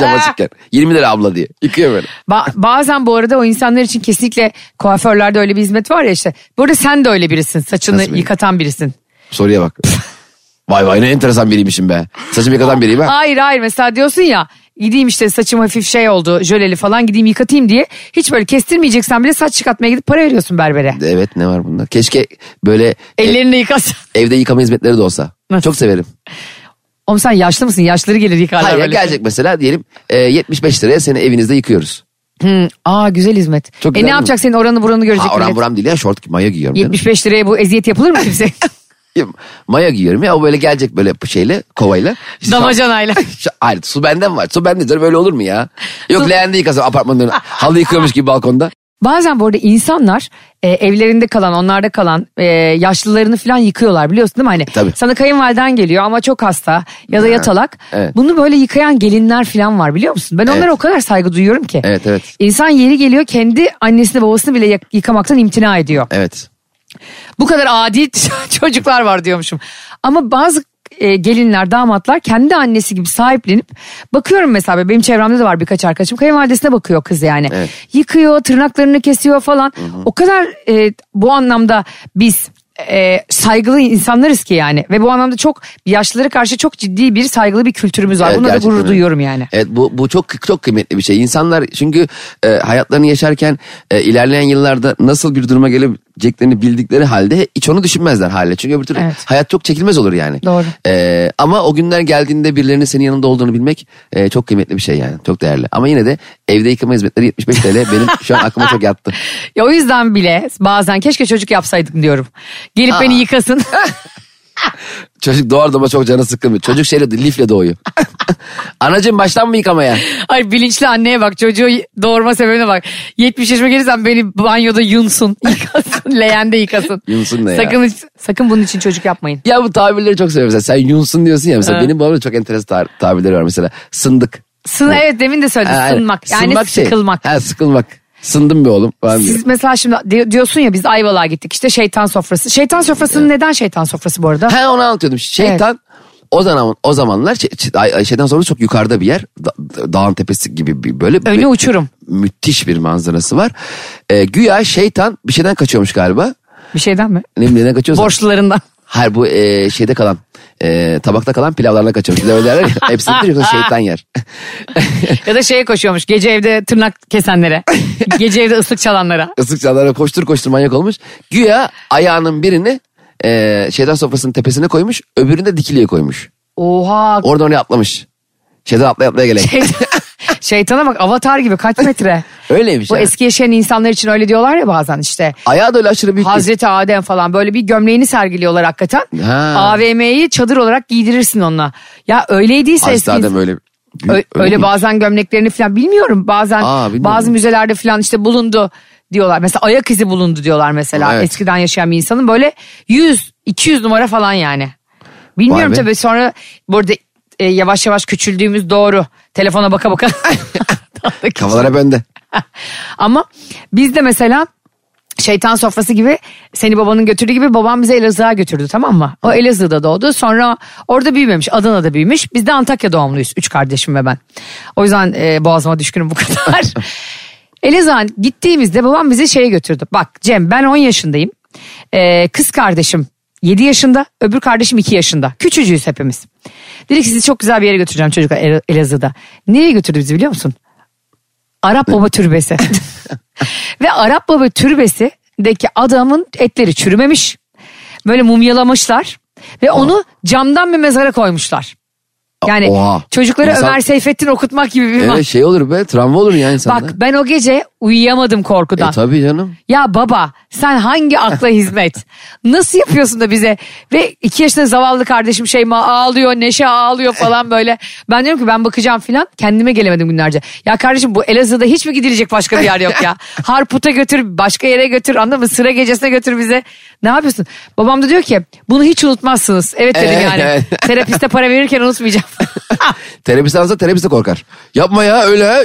Speaker 3: Cam açıkken. 20 lira abla diye. Yıkıyor böyle.
Speaker 2: Ba- bazen bu arada o insanlar için kesinlikle kuaförlerde öyle bir hizmet var ya işte. Bu arada sen de öyle birisin. Saçını
Speaker 3: Nasıl benim?
Speaker 2: yıkatan birisin.
Speaker 3: Soruya bak. vay vay ne enteresan biriymişim be. Saçımı yıkatan biriyim ha.
Speaker 2: Hayır hayır mesela diyorsun ya gideyim işte saçım hafif şey oldu jöleli falan gideyim yıkatayım diye. Hiç böyle kestirmeyeceksen bile saç çıkartmaya gidip para veriyorsun berbere.
Speaker 3: Evet ne var bunda? Keşke böyle e,
Speaker 2: Ellerini yıkasın.
Speaker 3: evde yıkama hizmetleri de olsa.
Speaker 2: Nasıl?
Speaker 3: Çok severim.
Speaker 2: Oğlum sen yaşlı mısın? Yaşları gelir yıkarlar
Speaker 3: Hayır ya,
Speaker 2: böyle.
Speaker 3: gelecek mesela diyelim e, 75 liraya seni evinizde yıkıyoruz.
Speaker 2: Hı, Hmm. aa güzel hizmet.
Speaker 3: Çok
Speaker 2: e
Speaker 3: güzel
Speaker 2: ne
Speaker 3: mi?
Speaker 2: yapacak senin oranı buranı görecek
Speaker 3: Ha, oram
Speaker 2: millet.
Speaker 3: buram değil ya şort maya giyiyorum. canım.
Speaker 2: 75 liraya bu eziyet yapılır mı kimse?
Speaker 3: Maya giyiyorum ya o böyle gelecek böyle şeyle kovayla.
Speaker 2: Damacanayla.
Speaker 3: Şu- Hayır su benden var. Su bende canım öyle olur mu ya? Yok leğende yıkasın apartmanın önüne. Halı yıkıyormuş gibi balkonda.
Speaker 2: Bazen bu arada insanlar e, evlerinde kalan, onlarda kalan e, yaşlılarını falan yıkıyorlar biliyorsun değil mi? Hani
Speaker 3: Tabii.
Speaker 2: sana kayınvaliden geliyor ama çok hasta ya da yatalak.
Speaker 3: evet.
Speaker 2: Bunu böyle yıkayan gelinler falan var biliyor musun? Ben onlara
Speaker 3: Evet.
Speaker 2: o kadar saygı duyuyorum ki.
Speaker 3: Evet, evet.
Speaker 2: İnsan yeri geliyor kendi annesini babasını bile yak- yıkamaktan imtina ediyor.
Speaker 3: Evet.
Speaker 2: Bu kadar adi çocuklar var diyormuşum. Ama bazı e, gelinler, damatlar kendi annesi gibi sahiplenip bakıyorum mesela benim çevremde de var birkaç arkadaşım. Kayınvalidesine bakıyor kız yani.
Speaker 3: Evet.
Speaker 2: Yıkıyor, tırnaklarını kesiyor falan. O kadar e, bu anlamda biz e, saygılı insanlarız ki yani. Ve bu anlamda çok yaşlılara karşı çok ciddi bir saygılı bir kültürümüz var.
Speaker 3: Evet,
Speaker 2: Buna da
Speaker 3: gerçekten
Speaker 2: gurur
Speaker 3: öyle.
Speaker 2: duyuyorum yani.
Speaker 3: Evet bu bu çok çok kıymetli bir şey. İnsanlar çünkü e, hayatlarını yaşarken e, ilerleyen yıllarda nasıl bir duruma gelebileceklerini bildikleri halde hiç onu düşünmezler hale. Çünkü öbür türlü
Speaker 2: Evet.
Speaker 3: hayat çok çekilmez olur yani.
Speaker 2: Doğru.
Speaker 3: E, ama o günler geldiğinde birilerinin senin yanında olduğunu bilmek e, çok kıymetli bir şey yani. Çok değerli. Ama yine de evde yıkama hizmetleri 75 TL benim şu an aklıma çok yattı.
Speaker 2: Ya o yüzden bile bazen keşke çocuk yapsaydık diyorum. Gelip beni yıkasın.
Speaker 3: Çocuk doğar doğmaz çok canı sıkkın. Çocuk şeyle lifle doğuyor. Anacığım baştan mı yıkamaya?
Speaker 2: Ay bilinçli anneye bak çocuğu doğurma sebebine bak. 70 yaşıma gelirsen beni banyoda yunsun. Yıkasın. leğende yıkasın.
Speaker 3: Yunsun ne ya?
Speaker 2: sakın, Sakın bunun için çocuk yapmayın.
Speaker 3: Ya bu tabirleri çok seviyorum. Mesela sen Yunus'un diyorsun ya mesela
Speaker 2: Evet.
Speaker 3: benim babamda çok enteresan tar- tabirleri var mesela. Sındık.
Speaker 2: Sın, evet demin de söyledim
Speaker 3: Ha,
Speaker 2: sınmak. Yani
Speaker 3: şey.
Speaker 2: sıkılmak.
Speaker 3: Ha sıkılmak. Sındım be oğlum falan diyor.
Speaker 2: Siz mesela şimdi di- diyorsun ya biz Ayvalık'a gittik işte şeytan sofrası. Şeytan sofrasının neden şeytan sofrası bu arada?
Speaker 3: Ha onu anlatıyordum. Şeytan o zaman o zamanlar şey- şey- ay- ay- şeytan sonra çok yukarıda bir yer. Da- da- dağın tepesi gibi bir- böyle.
Speaker 2: Önü
Speaker 3: bir-
Speaker 2: uçurum.
Speaker 3: Müthiş bir manzarası var. Ee, güya şeytan bir şeyden kaçıyormuş galiba.
Speaker 2: Bir şeyden mi?
Speaker 3: Ne bileyim neden kaçıyorsa.
Speaker 2: Borçlularından.
Speaker 3: Hayır bu e, şeyde kalan e, tabakta kalan pilavlarına kaçıyormuş. Bir de öyle derler ya. Hepsini bitirir, yoksa şeytan yer.
Speaker 2: ya da şeye koşuyormuş gece evde tırnak kesenlere. gece evde ıslık çalanlara.
Speaker 3: ıslık çalanlara koştur koştur manyak olmuş. Güya ayağının birini e, şeytan sofrasının tepesine koymuş öbürünü de dikiliye koymuş.
Speaker 2: Oha.
Speaker 3: Oradan oraya atlamış. Şeytan atlaya atlaya gelen.
Speaker 2: Şey, Şeytana bak avatar gibi kaç metre.
Speaker 3: Öyleymiş
Speaker 2: Bu
Speaker 3: yani.
Speaker 2: eski yaşayan insanlar için öyle diyorlar ya bazen işte.
Speaker 3: Ayağı da öyle aşırı büyük. değil.
Speaker 2: Hazreti Adem falan böyle bir gömleğini sergiliyorlar hakikaten.
Speaker 3: Ha.
Speaker 2: AVM'yi çadır olarak giydirirsin onunla. Ya öyleydiyse
Speaker 3: Hazreti
Speaker 2: eski
Speaker 3: Adem öyle. büyük,
Speaker 2: Ö- öyle
Speaker 3: büyük.
Speaker 2: bazen gömleklerini falan bilmiyorum. Bazen
Speaker 3: Aa, bilmiyorum.
Speaker 2: bazı müzelerde falan işte bulundu diyorlar. Mesela ayak izi bulundu diyorlar mesela.
Speaker 3: Evet.
Speaker 2: Eskiden yaşayan bir insanın böyle 100 200 numara falan yani. Bilmiyorum
Speaker 3: Vay be.
Speaker 2: tabii sonra burada e, yavaş yavaş küçüldüğümüz doğru. Telefona baka baka.
Speaker 3: Kafalara bende.
Speaker 2: Ama biz de mesela şeytan sofrası gibi seni babanın götürdüğü gibi babam bizi Elazığ'a götürdü tamam mı? O Elazığ'da doğdu sonra orada büyümemiş Adana'da büyümüş biz de Antakya doğumluyuz üç kardeşim ve ben. O yüzden e, boğazıma düşkünüm bu kadar. Elazığ'a gittiğimizde babam bizi şeye götürdü. Bak Cem ben 10 yaşındayım E, kız kardeşim 7 yaşında öbür kardeşim 2 yaşında küçücüğüz hepimiz. Dedi ki sizi çok güzel bir yere götüreceğim çocuklar El- Elazığ'da. Nereye götürdü bizi biliyor musun? Arap Baba Türbesi. Ve Arap Baba Türbesi'deki adamın etleri çürümemiş. Böyle mumyalamışlar. Ve onu camdan bir mezara koymuşlar. Yani
Speaker 3: Oha.
Speaker 2: çocuklara
Speaker 3: İnsan-
Speaker 2: Ömer Seyfettin okutmak gibi bir
Speaker 3: Evet şey olur be travma olur ya insanda.
Speaker 2: Bak ben o gece uyuyamadım korkudan.
Speaker 3: E tabii canım.
Speaker 2: Ya baba sen hangi akla hizmet? Nasıl yapıyorsun da bize? Ve iki yaşında zavallı kardeşim Şeyma ağlıyor, Neşe ağlıyor falan böyle. Ben diyorum ki ben bakacağım filan. Kendime gelemedim günlerce. Ya kardeşim bu Elazığ'da hiç mi gidilecek başka bir yer yok ya? Harput'a götür, başka yere götür anladın mı? Sıra gecesine götür bize. Ne yapıyorsun? Babam da diyor ki bunu hiç unutmazsınız. Evet dedim
Speaker 3: Evet,
Speaker 2: yani.
Speaker 3: evet.
Speaker 2: Terapiste para verirken unutmayacağım.
Speaker 3: Terapist alsa terapist de korkar. Yapma ya öyle ha.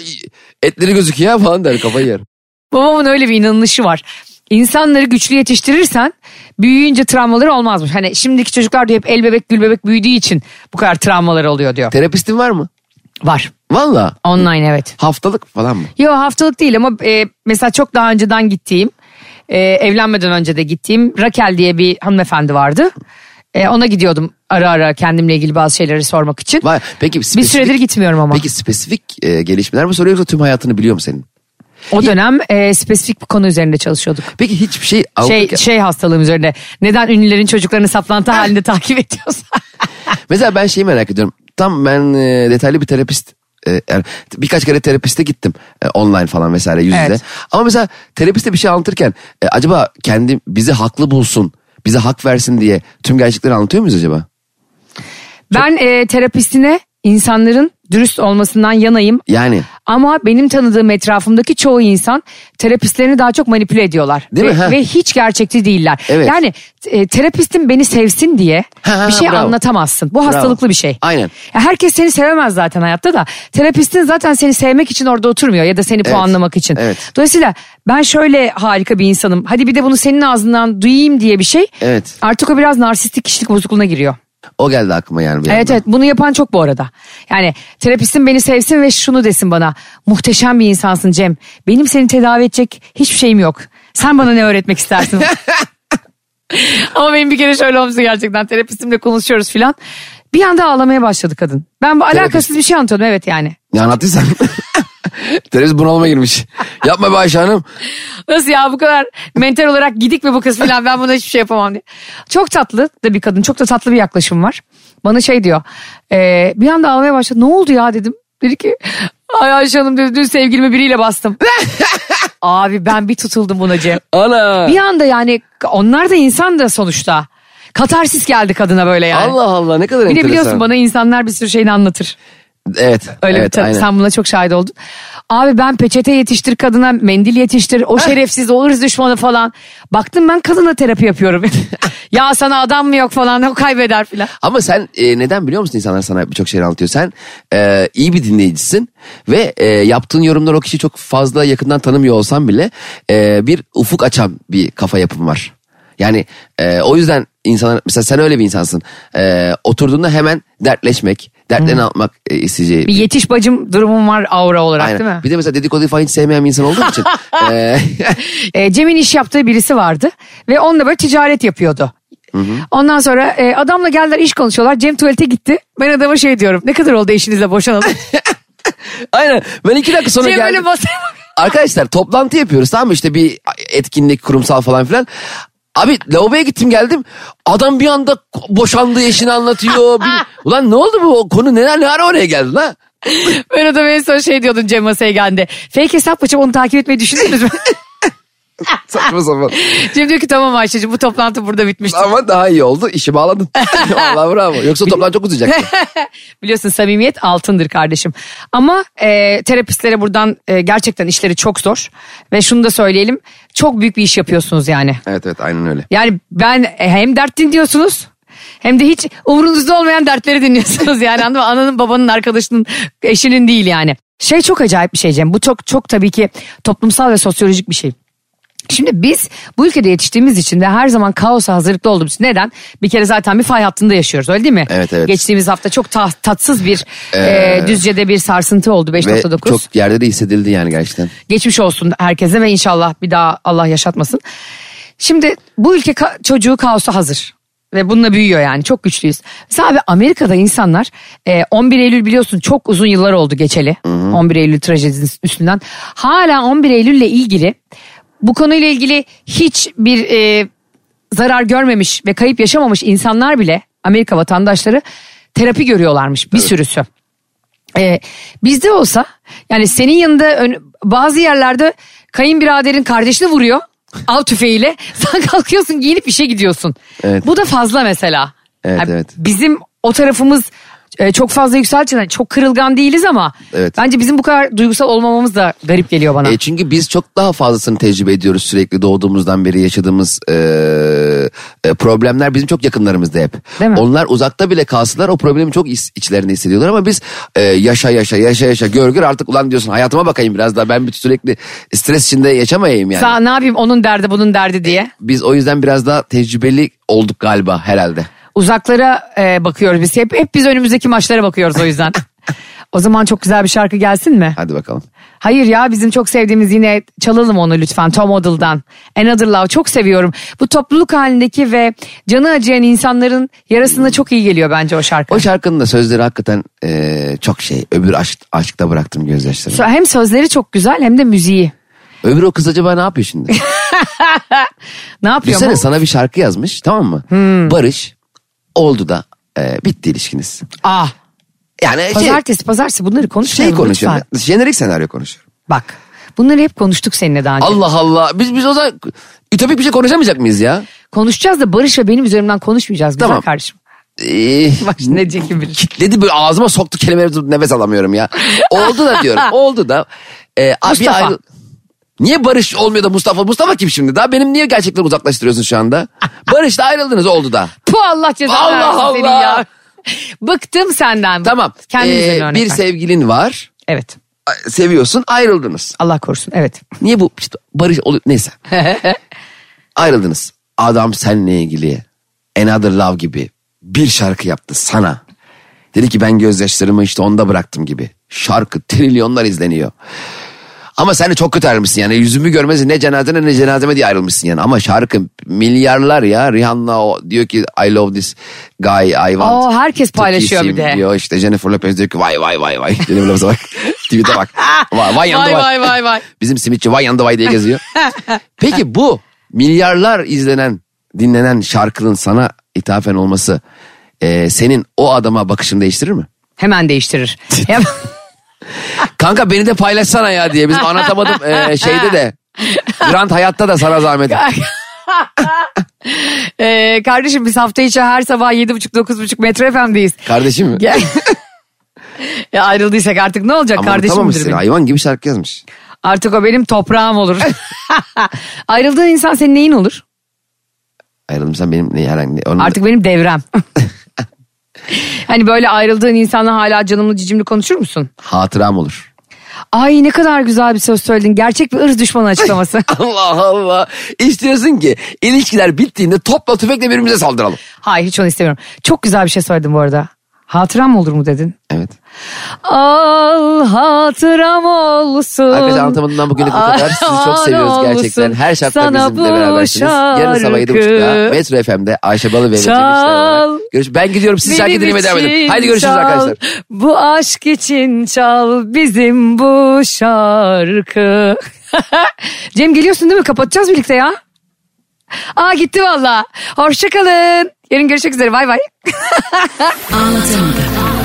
Speaker 3: Etleri gözüküyor ya falan der kafayı yer.
Speaker 2: Babamın öyle bir inanışı var. İnsanları güçlü yetiştirirsen büyüyünce travmaları olmazmış. Hani şimdiki çocuklar diyor hep el bebek gül bebek büyüdüğü için bu kadar travmaları oluyor diyor.
Speaker 3: Terapistin var mı?
Speaker 2: Var.
Speaker 3: Valla.
Speaker 2: Online evet.
Speaker 3: Haftalık falan mı?
Speaker 2: Yo haftalık değil ama e, mesela çok daha önceden gittiğim, e, evlenmeden önce de gittiğim Rakel diye bir hanımefendi vardı. E, ona gidiyordum ara ara kendimle ilgili bazı şeyleri sormak için.
Speaker 3: Vay, peki
Speaker 2: bir
Speaker 3: spesifik-
Speaker 2: süredir gitmiyorum ama.
Speaker 3: Peki spesifik e, gelişmeler mi soruyor yoksa tüm hayatını biliyor mu senin?
Speaker 2: o dönem e, spesifik bir konu üzerinde çalışıyorduk.
Speaker 3: Peki hiçbir şey
Speaker 2: Şey,
Speaker 3: Avrupa'ya-
Speaker 2: şey hastalığım üzerinde. Neden ünlülerin çocuklarını saplantı halinde takip ediyorsun?
Speaker 3: Mesela ben şeyi merak ediyorum. Tam ben e, detaylı bir terapist e, yani birkaç kere terapiste gittim E, online falan vesaire yüz yüze.
Speaker 2: Evet.
Speaker 3: Ama mesela terapiste bir şey anlatırken e, acaba kendi bizi haklı bulsun, bize hak versin diye tüm gerçekleri anlatıyor muyuz acaba?
Speaker 2: Ben e, terapistine insanların dürüst olmasından yanayım.
Speaker 3: Yani
Speaker 2: Ama benim tanıdığım etrafımdaki çoğu insan terapistlerini daha çok manipüle ediyorlar.
Speaker 3: Değil
Speaker 2: ve,
Speaker 3: mi? Ha.
Speaker 2: ve hiç gerçekçi değiller.
Speaker 3: Evet.
Speaker 2: Yani e, terapistin beni sevsin diye
Speaker 3: Ha, ha,
Speaker 2: bir şey
Speaker 3: bravo.
Speaker 2: anlatamazsın. Bu hastalıklı bir şey.
Speaker 3: Aynen.
Speaker 2: Ya herkes seni sevemez zaten hayatta da. Terapistin zaten seni sevmek için orada oturmuyor ya da seni puanlamak için.
Speaker 3: Evet.
Speaker 2: Dolayısıyla ben şöyle harika bir insanım. Hadi bir de bunu senin ağzından duyayım diye bir şey.
Speaker 3: Evet.
Speaker 2: Artık o biraz narsistik kişilik bozukluğuna giriyor.
Speaker 3: o geldi aklıma yani. bir
Speaker 2: Evet
Speaker 3: yandan.
Speaker 2: evet bunu yapan çok bu arada. Yani terapistin beni sevsin ve şunu desin bana. Muhteşem bir insansın Cem. Benim seni tedavi edecek hiçbir şeyim yok. Sen bana ne öğretmek istersin? Ama benim bir kere şöyle olmuştu gerçekten. Terapistimle konuşuyoruz filan. Bir anda ağlamaya başladı kadın. Ben bu alakasız bir şey anlatıyordum evet yani.
Speaker 3: Ne anlattıysan. Terörist bunalıma girmiş. Yapma be Ayşe Hanım.
Speaker 2: Nasıl ya bu kadar mental olarak gidik mi bu kız filan ben buna hiçbir şey yapamam diye. Çok tatlı da bir kadın çok da tatlı bir yaklaşım var. Bana şey diyor e, bir anda ağlamaya başladı ne oldu ya dedim. Dedi ki ay Ayşe Hanım dedi dün sevgilimi biriyle bastım. Abi ben bir tutuldum buna Cem.
Speaker 3: Ana.
Speaker 2: Bir anda yani onlar da insan da sonuçta. Katarsis geldi kadına böyle yani.
Speaker 3: Allah Allah ne kadar
Speaker 2: bir de
Speaker 3: enteresan.
Speaker 2: biliyorsun bana insanlar bir sürü şeyini anlatır.
Speaker 3: Evet.
Speaker 2: Öyle bir
Speaker 3: evet,
Speaker 2: tabii
Speaker 3: aynen.
Speaker 2: sen buna çok şahit oldun. Abi ben peçete yetiştir kadına mendil yetiştir
Speaker 3: Ah.
Speaker 2: o şerefsiz o ırz düşmanı falan. Baktım ben kadına terapi yapıyorum. ya sana adam mı yok falan o kaybeder filan.
Speaker 3: Ama sen e, neden biliyor musun insanlar sana birçok şey anlatıyor. Sen e, iyi bir dinleyicisin ve e, yaptığın yorumlar o kişiyi çok fazla yakından tanımıyor olsan bile e, bir ufuk açan bir kafa yapım var. Yani e, o yüzden insanlar mesela sen öyle bir insansın. E, oturduğunda hemen dertleşmek, dertlerini atmak e, isteyeceği
Speaker 2: Bir yetiş bacım durumum var aura olarak
Speaker 3: Aynen.
Speaker 2: değil mi?
Speaker 3: Bir de mesela dedikoduyu falan hiç sevmeyen bir insan olduğum için. e,
Speaker 2: E, Cem'in iş yaptığı birisi vardı ve onunla böyle ticaret yapıyordu. Ondan sonra e, adamla geldiler iş konuşuyorlar. Cem tuvalete gitti. Ben adama şey diyorum. Ne kadar oldu eşinizle boşanalı?
Speaker 3: aynen. Ben iki dakika sonra
Speaker 2: Cem
Speaker 3: geldim.
Speaker 2: böyle masaya bak-
Speaker 3: Arkadaşlar toplantı yapıyoruz tamam mı? İşte bir etkinlik kurumsal falan filan. Abi lavaboya gittim geldim. Adam bir anda boşandığı eşini anlatıyor. Bir- Ulan ne oldu bu O konu neler ne ara oraya geldi lan?
Speaker 2: Ben adama en son şey diyordum Cem masaya geldi. Fake hesap açıp onu takip etmeyi düşündünüz mü?
Speaker 3: Saçma sapan.
Speaker 2: Cem diyor ki tamam Ayşe'cim bu toplantı burada bitmişti.
Speaker 3: Ama daha iyi oldu. İşi bağladın. Vallahi bravo. Yoksa toplantı çok uzayacaktı.
Speaker 2: Biliyorsun samimiyet altındır kardeşim. Ama e, terapistlere buradan e, gerçekten işleri çok zor. Ve şunu da söyleyelim çok büyük bir iş yapıyorsunuz yani.
Speaker 3: evet evet aynen öyle.
Speaker 2: Yani ben e, hem dert dinliyorsunuz hem de hiç umurunuzda olmayan dertleri dinliyorsunuz yani anladın mı? Ananın babanın arkadaşının eşinin değil yani. Şey çok acayip bir şey Cem bu çok çok tabii ki toplumsal ve sosyolojik bir şey. Şimdi biz bu ülkede yetiştiğimiz için ve her zaman kaosa hazırlıklı olduğumuz için neden? Bir kere zaten bir fay hattında yaşıyoruz öyle değil mi?
Speaker 3: Evet, evet.
Speaker 2: Geçtiğimiz hafta çok ta- tatsız bir e, düzcede bir sarsıntı oldu
Speaker 3: Ve
Speaker 2: 5.9.
Speaker 3: çok yerde de hissedildi yani gerçekten.
Speaker 2: Geçmiş olsun herkese ve inşallah bir daha Allah yaşatmasın. Şimdi bu ülke ka- çocuğu kaosa hazır. Ve bununla büyüyor yani çok güçlüyüz. Mesela abi Amerika'da insanlar e, 11 Eylül biliyorsun çok uzun yıllar oldu geçeli. 11 Eylül trajedisinin üstünden. Hala 11 Eylül'le ilgili bu konuyla ilgili hiçbir e, zarar görmemiş ve kayıp yaşamamış insanlar bile Amerika vatandaşları terapi görüyorlarmış bir sürüsü. Ee, bizde olsa yani senin yanında ön- bazı yerlerde kayınbiraderin kardeşini vuruyor av tüfeğiyle sen kalkıyorsun giyinip işe gidiyorsun.
Speaker 3: Evet.
Speaker 2: Bu da fazla mesela.
Speaker 3: Evet, evet.
Speaker 2: Bizim o tarafımız e, çok fazla yükseltilen çok kırılgan değiliz ama
Speaker 3: Evet.
Speaker 2: bence bizim bu kadar duygusal olmamamız da garip geliyor bana.
Speaker 3: E çünkü biz çok daha fazlasını tecrübe ediyoruz sürekli doğduğumuzdan beri yaşadığımız e, e, problemler bizim çok yakınlarımızda hep.
Speaker 2: Değil mi?
Speaker 3: Onlar uzakta bile kalsalar o problemi çok iç- içlerinde hissediyorlar ama biz e, yaşa yaşa yaşa yaşa gör gör artık ulan diyorsun hayatıma bakayım biraz daha ben bir sürekli stres içinde yaşamayayım yani.
Speaker 2: Sağ ne yapayım onun derdi bunun derdi diye.
Speaker 3: biz o yüzden biraz daha tecrübeli olduk galiba herhalde.
Speaker 2: Uzaklara e, bakıyoruz biz. Hep, hep biz önümüzdeki maçlara bakıyoruz o yüzden. o zaman çok güzel bir şarkı gelsin mi?
Speaker 3: Hadi bakalım.
Speaker 2: Hayır ya bizim çok sevdiğimiz yine çalalım onu lütfen Tom Odell'dan. Another Love çok seviyorum. Bu topluluk halindeki ve canı acıyan insanların yarasına çok iyi geliyor bence o şarkı.
Speaker 3: O şarkının da sözleri hakikaten e, çok şey öbür aşk, aşkta bıraktım gözyaşlarımı.
Speaker 2: So- hem sözleri çok güzel hem de müziği.
Speaker 3: öbür o kız acaba ne yapıyor şimdi?
Speaker 2: Ne yapıyor
Speaker 3: Düşünsene
Speaker 2: mu?
Speaker 3: sana bir şarkı yazmış tamam mı?
Speaker 2: Hmm.
Speaker 3: Barış oldu da e, bitti ilişkiniz.
Speaker 2: Aa,
Speaker 3: Yani şey,
Speaker 2: Ah, pazartesi pazartesi bunları konuşmayalım
Speaker 3: şey konuşuyorum.
Speaker 2: lütfen.
Speaker 3: ben, Jenerik senaryo konuşuyorum.
Speaker 2: Bak bunları hep konuştuk seninle daha önce.
Speaker 3: Allah Allah biz biz o zaman ütopik bir şey konuşamayacak mıyız ya?
Speaker 2: Konuşacağız da Barış ve benim üzerimden konuşmayacağız güzel
Speaker 3: Tamam.
Speaker 2: kardeşim.
Speaker 3: Ee,
Speaker 2: Bak ne çekim bilir.
Speaker 3: kitledi böyle ağzıma soktu kelimeleri tutup nefes alamıyorum ya. Oldu da diyorum. Oldu da. Ee, abi
Speaker 2: Mustafa.
Speaker 3: ayrı- Niye Barış olmuyor da Mustafa? Mustafa kim şimdi? Daha benim niye gerçekten uzaklaştırıyorsun şu anda? Barış'la ayrıldınız oldu da.
Speaker 2: Puh Allah cezanı
Speaker 3: Allah
Speaker 2: versin senin
Speaker 3: Allah.
Speaker 2: ya. Bıktım senden.
Speaker 3: Tamam.
Speaker 2: Kendinize
Speaker 3: Ee,
Speaker 2: örnek
Speaker 3: bir
Speaker 2: ver.
Speaker 3: sevgilin var.
Speaker 2: Evet.
Speaker 3: Seviyorsun ayrıldınız.
Speaker 2: Allah korusun. Evet.
Speaker 3: Niye bu işte barış oluyor neyse. Ayrıldınız. Adam seninle ilgili Another Love gibi bir şarkı yaptı sana. Dedi ki ben gözyaşlarımı işte onda bıraktım gibi. Şarkı trilyonlar izleniyor. Ama sen de çok kötü ayrılmışsın yani. Yüzümü görmezsin ne cenazene ne cenazeme diye ayrılmışsın yani. Ama şarkı milyarlar ya. Rihanna o diyor ki I love this guy I want.
Speaker 2: Oo, herkes
Speaker 3: to
Speaker 2: paylaşıyor
Speaker 3: kiss
Speaker 2: bir
Speaker 3: him
Speaker 2: de.
Speaker 3: Diyor işte Jennifer Lopez diyor ki vay vay vay vay. Jennifer Lopez'e bak. Tweet'e bak. Vay vay yanında
Speaker 2: Vay
Speaker 3: vay.
Speaker 2: vay vay vay.
Speaker 3: Bizim simitçi vay yanında vay diye geziyor. Peki bu milyarlar izlenen, dinlenen şarkının sana ithafen olması e, senin o adama bakışını değiştirir mi?
Speaker 2: Hemen değiştirir. Hemen-
Speaker 3: Kanka beni de paylaşsana ya diye biz anlatamadım e, şeyde de. Grand Hayat'ta da sana zahmet.
Speaker 2: Ee, kardeşim biz hafta içi her sabah 7.30-9.30 Metro FM'deyiz.
Speaker 3: Kardeşim mi?
Speaker 2: Gel. ya ayrıldıysak artık ne olacak
Speaker 3: Ama
Speaker 2: kardeşim
Speaker 3: unutamamışsın,
Speaker 2: midir benim?
Speaker 3: hayvan gibi şarkı yazmış.
Speaker 2: Artık o benim toprağım olur. Ayrıldığın insan senin neyin olur?
Speaker 3: Ayrıldım sen benim ne herhangi onun
Speaker 2: Artık benim devrem. hani böyle ayrıldığın insanla hala canımlı cicimli konuşur musun?
Speaker 3: hatıram olur.
Speaker 2: Ay ne kadar güzel bir söz söyledin. Gerçek bir ırz düşmanı açıklaması.
Speaker 3: Allah Allah. İstiyorsun ki ilişkiler bittiğinde topla tüfekle birbirimize saldıralım.
Speaker 2: Hayır hiç onu istemiyorum. Çok güzel bir şey söyledin bu arada. Hatıram olur mu dedin?
Speaker 3: Evet.
Speaker 2: Al hatıram olsun.
Speaker 3: Arkadaşlar anlatamadığımdan bugünlük bu kadar. Sizi çok
Speaker 2: An
Speaker 3: seviyoruz gerçekten.
Speaker 2: olsun.
Speaker 3: Her şartta
Speaker 2: Sana
Speaker 3: bizimle
Speaker 2: bu
Speaker 3: berabersiniz. Yarın sabah 7.30'da
Speaker 2: şarkı
Speaker 3: Metro FM'de Ayşe Balı ve Cemil
Speaker 2: Çal.
Speaker 3: Çiçek'le Görüş. Ben gidiyorum siz şarkı
Speaker 2: benim
Speaker 3: dinlemeye devam edin.
Speaker 2: için
Speaker 3: Haydi görüşürüz
Speaker 2: çal,
Speaker 3: arkadaşlar.
Speaker 2: Bu aşk için çal bizim bu şarkı. Cem geliyorsun değil mi? Kapatacağız birlikte ya. Aa gitti valla. Hoşçakalın. Yarın görüşmek üzere. Bay bay.
Speaker 4: Anlatamadım.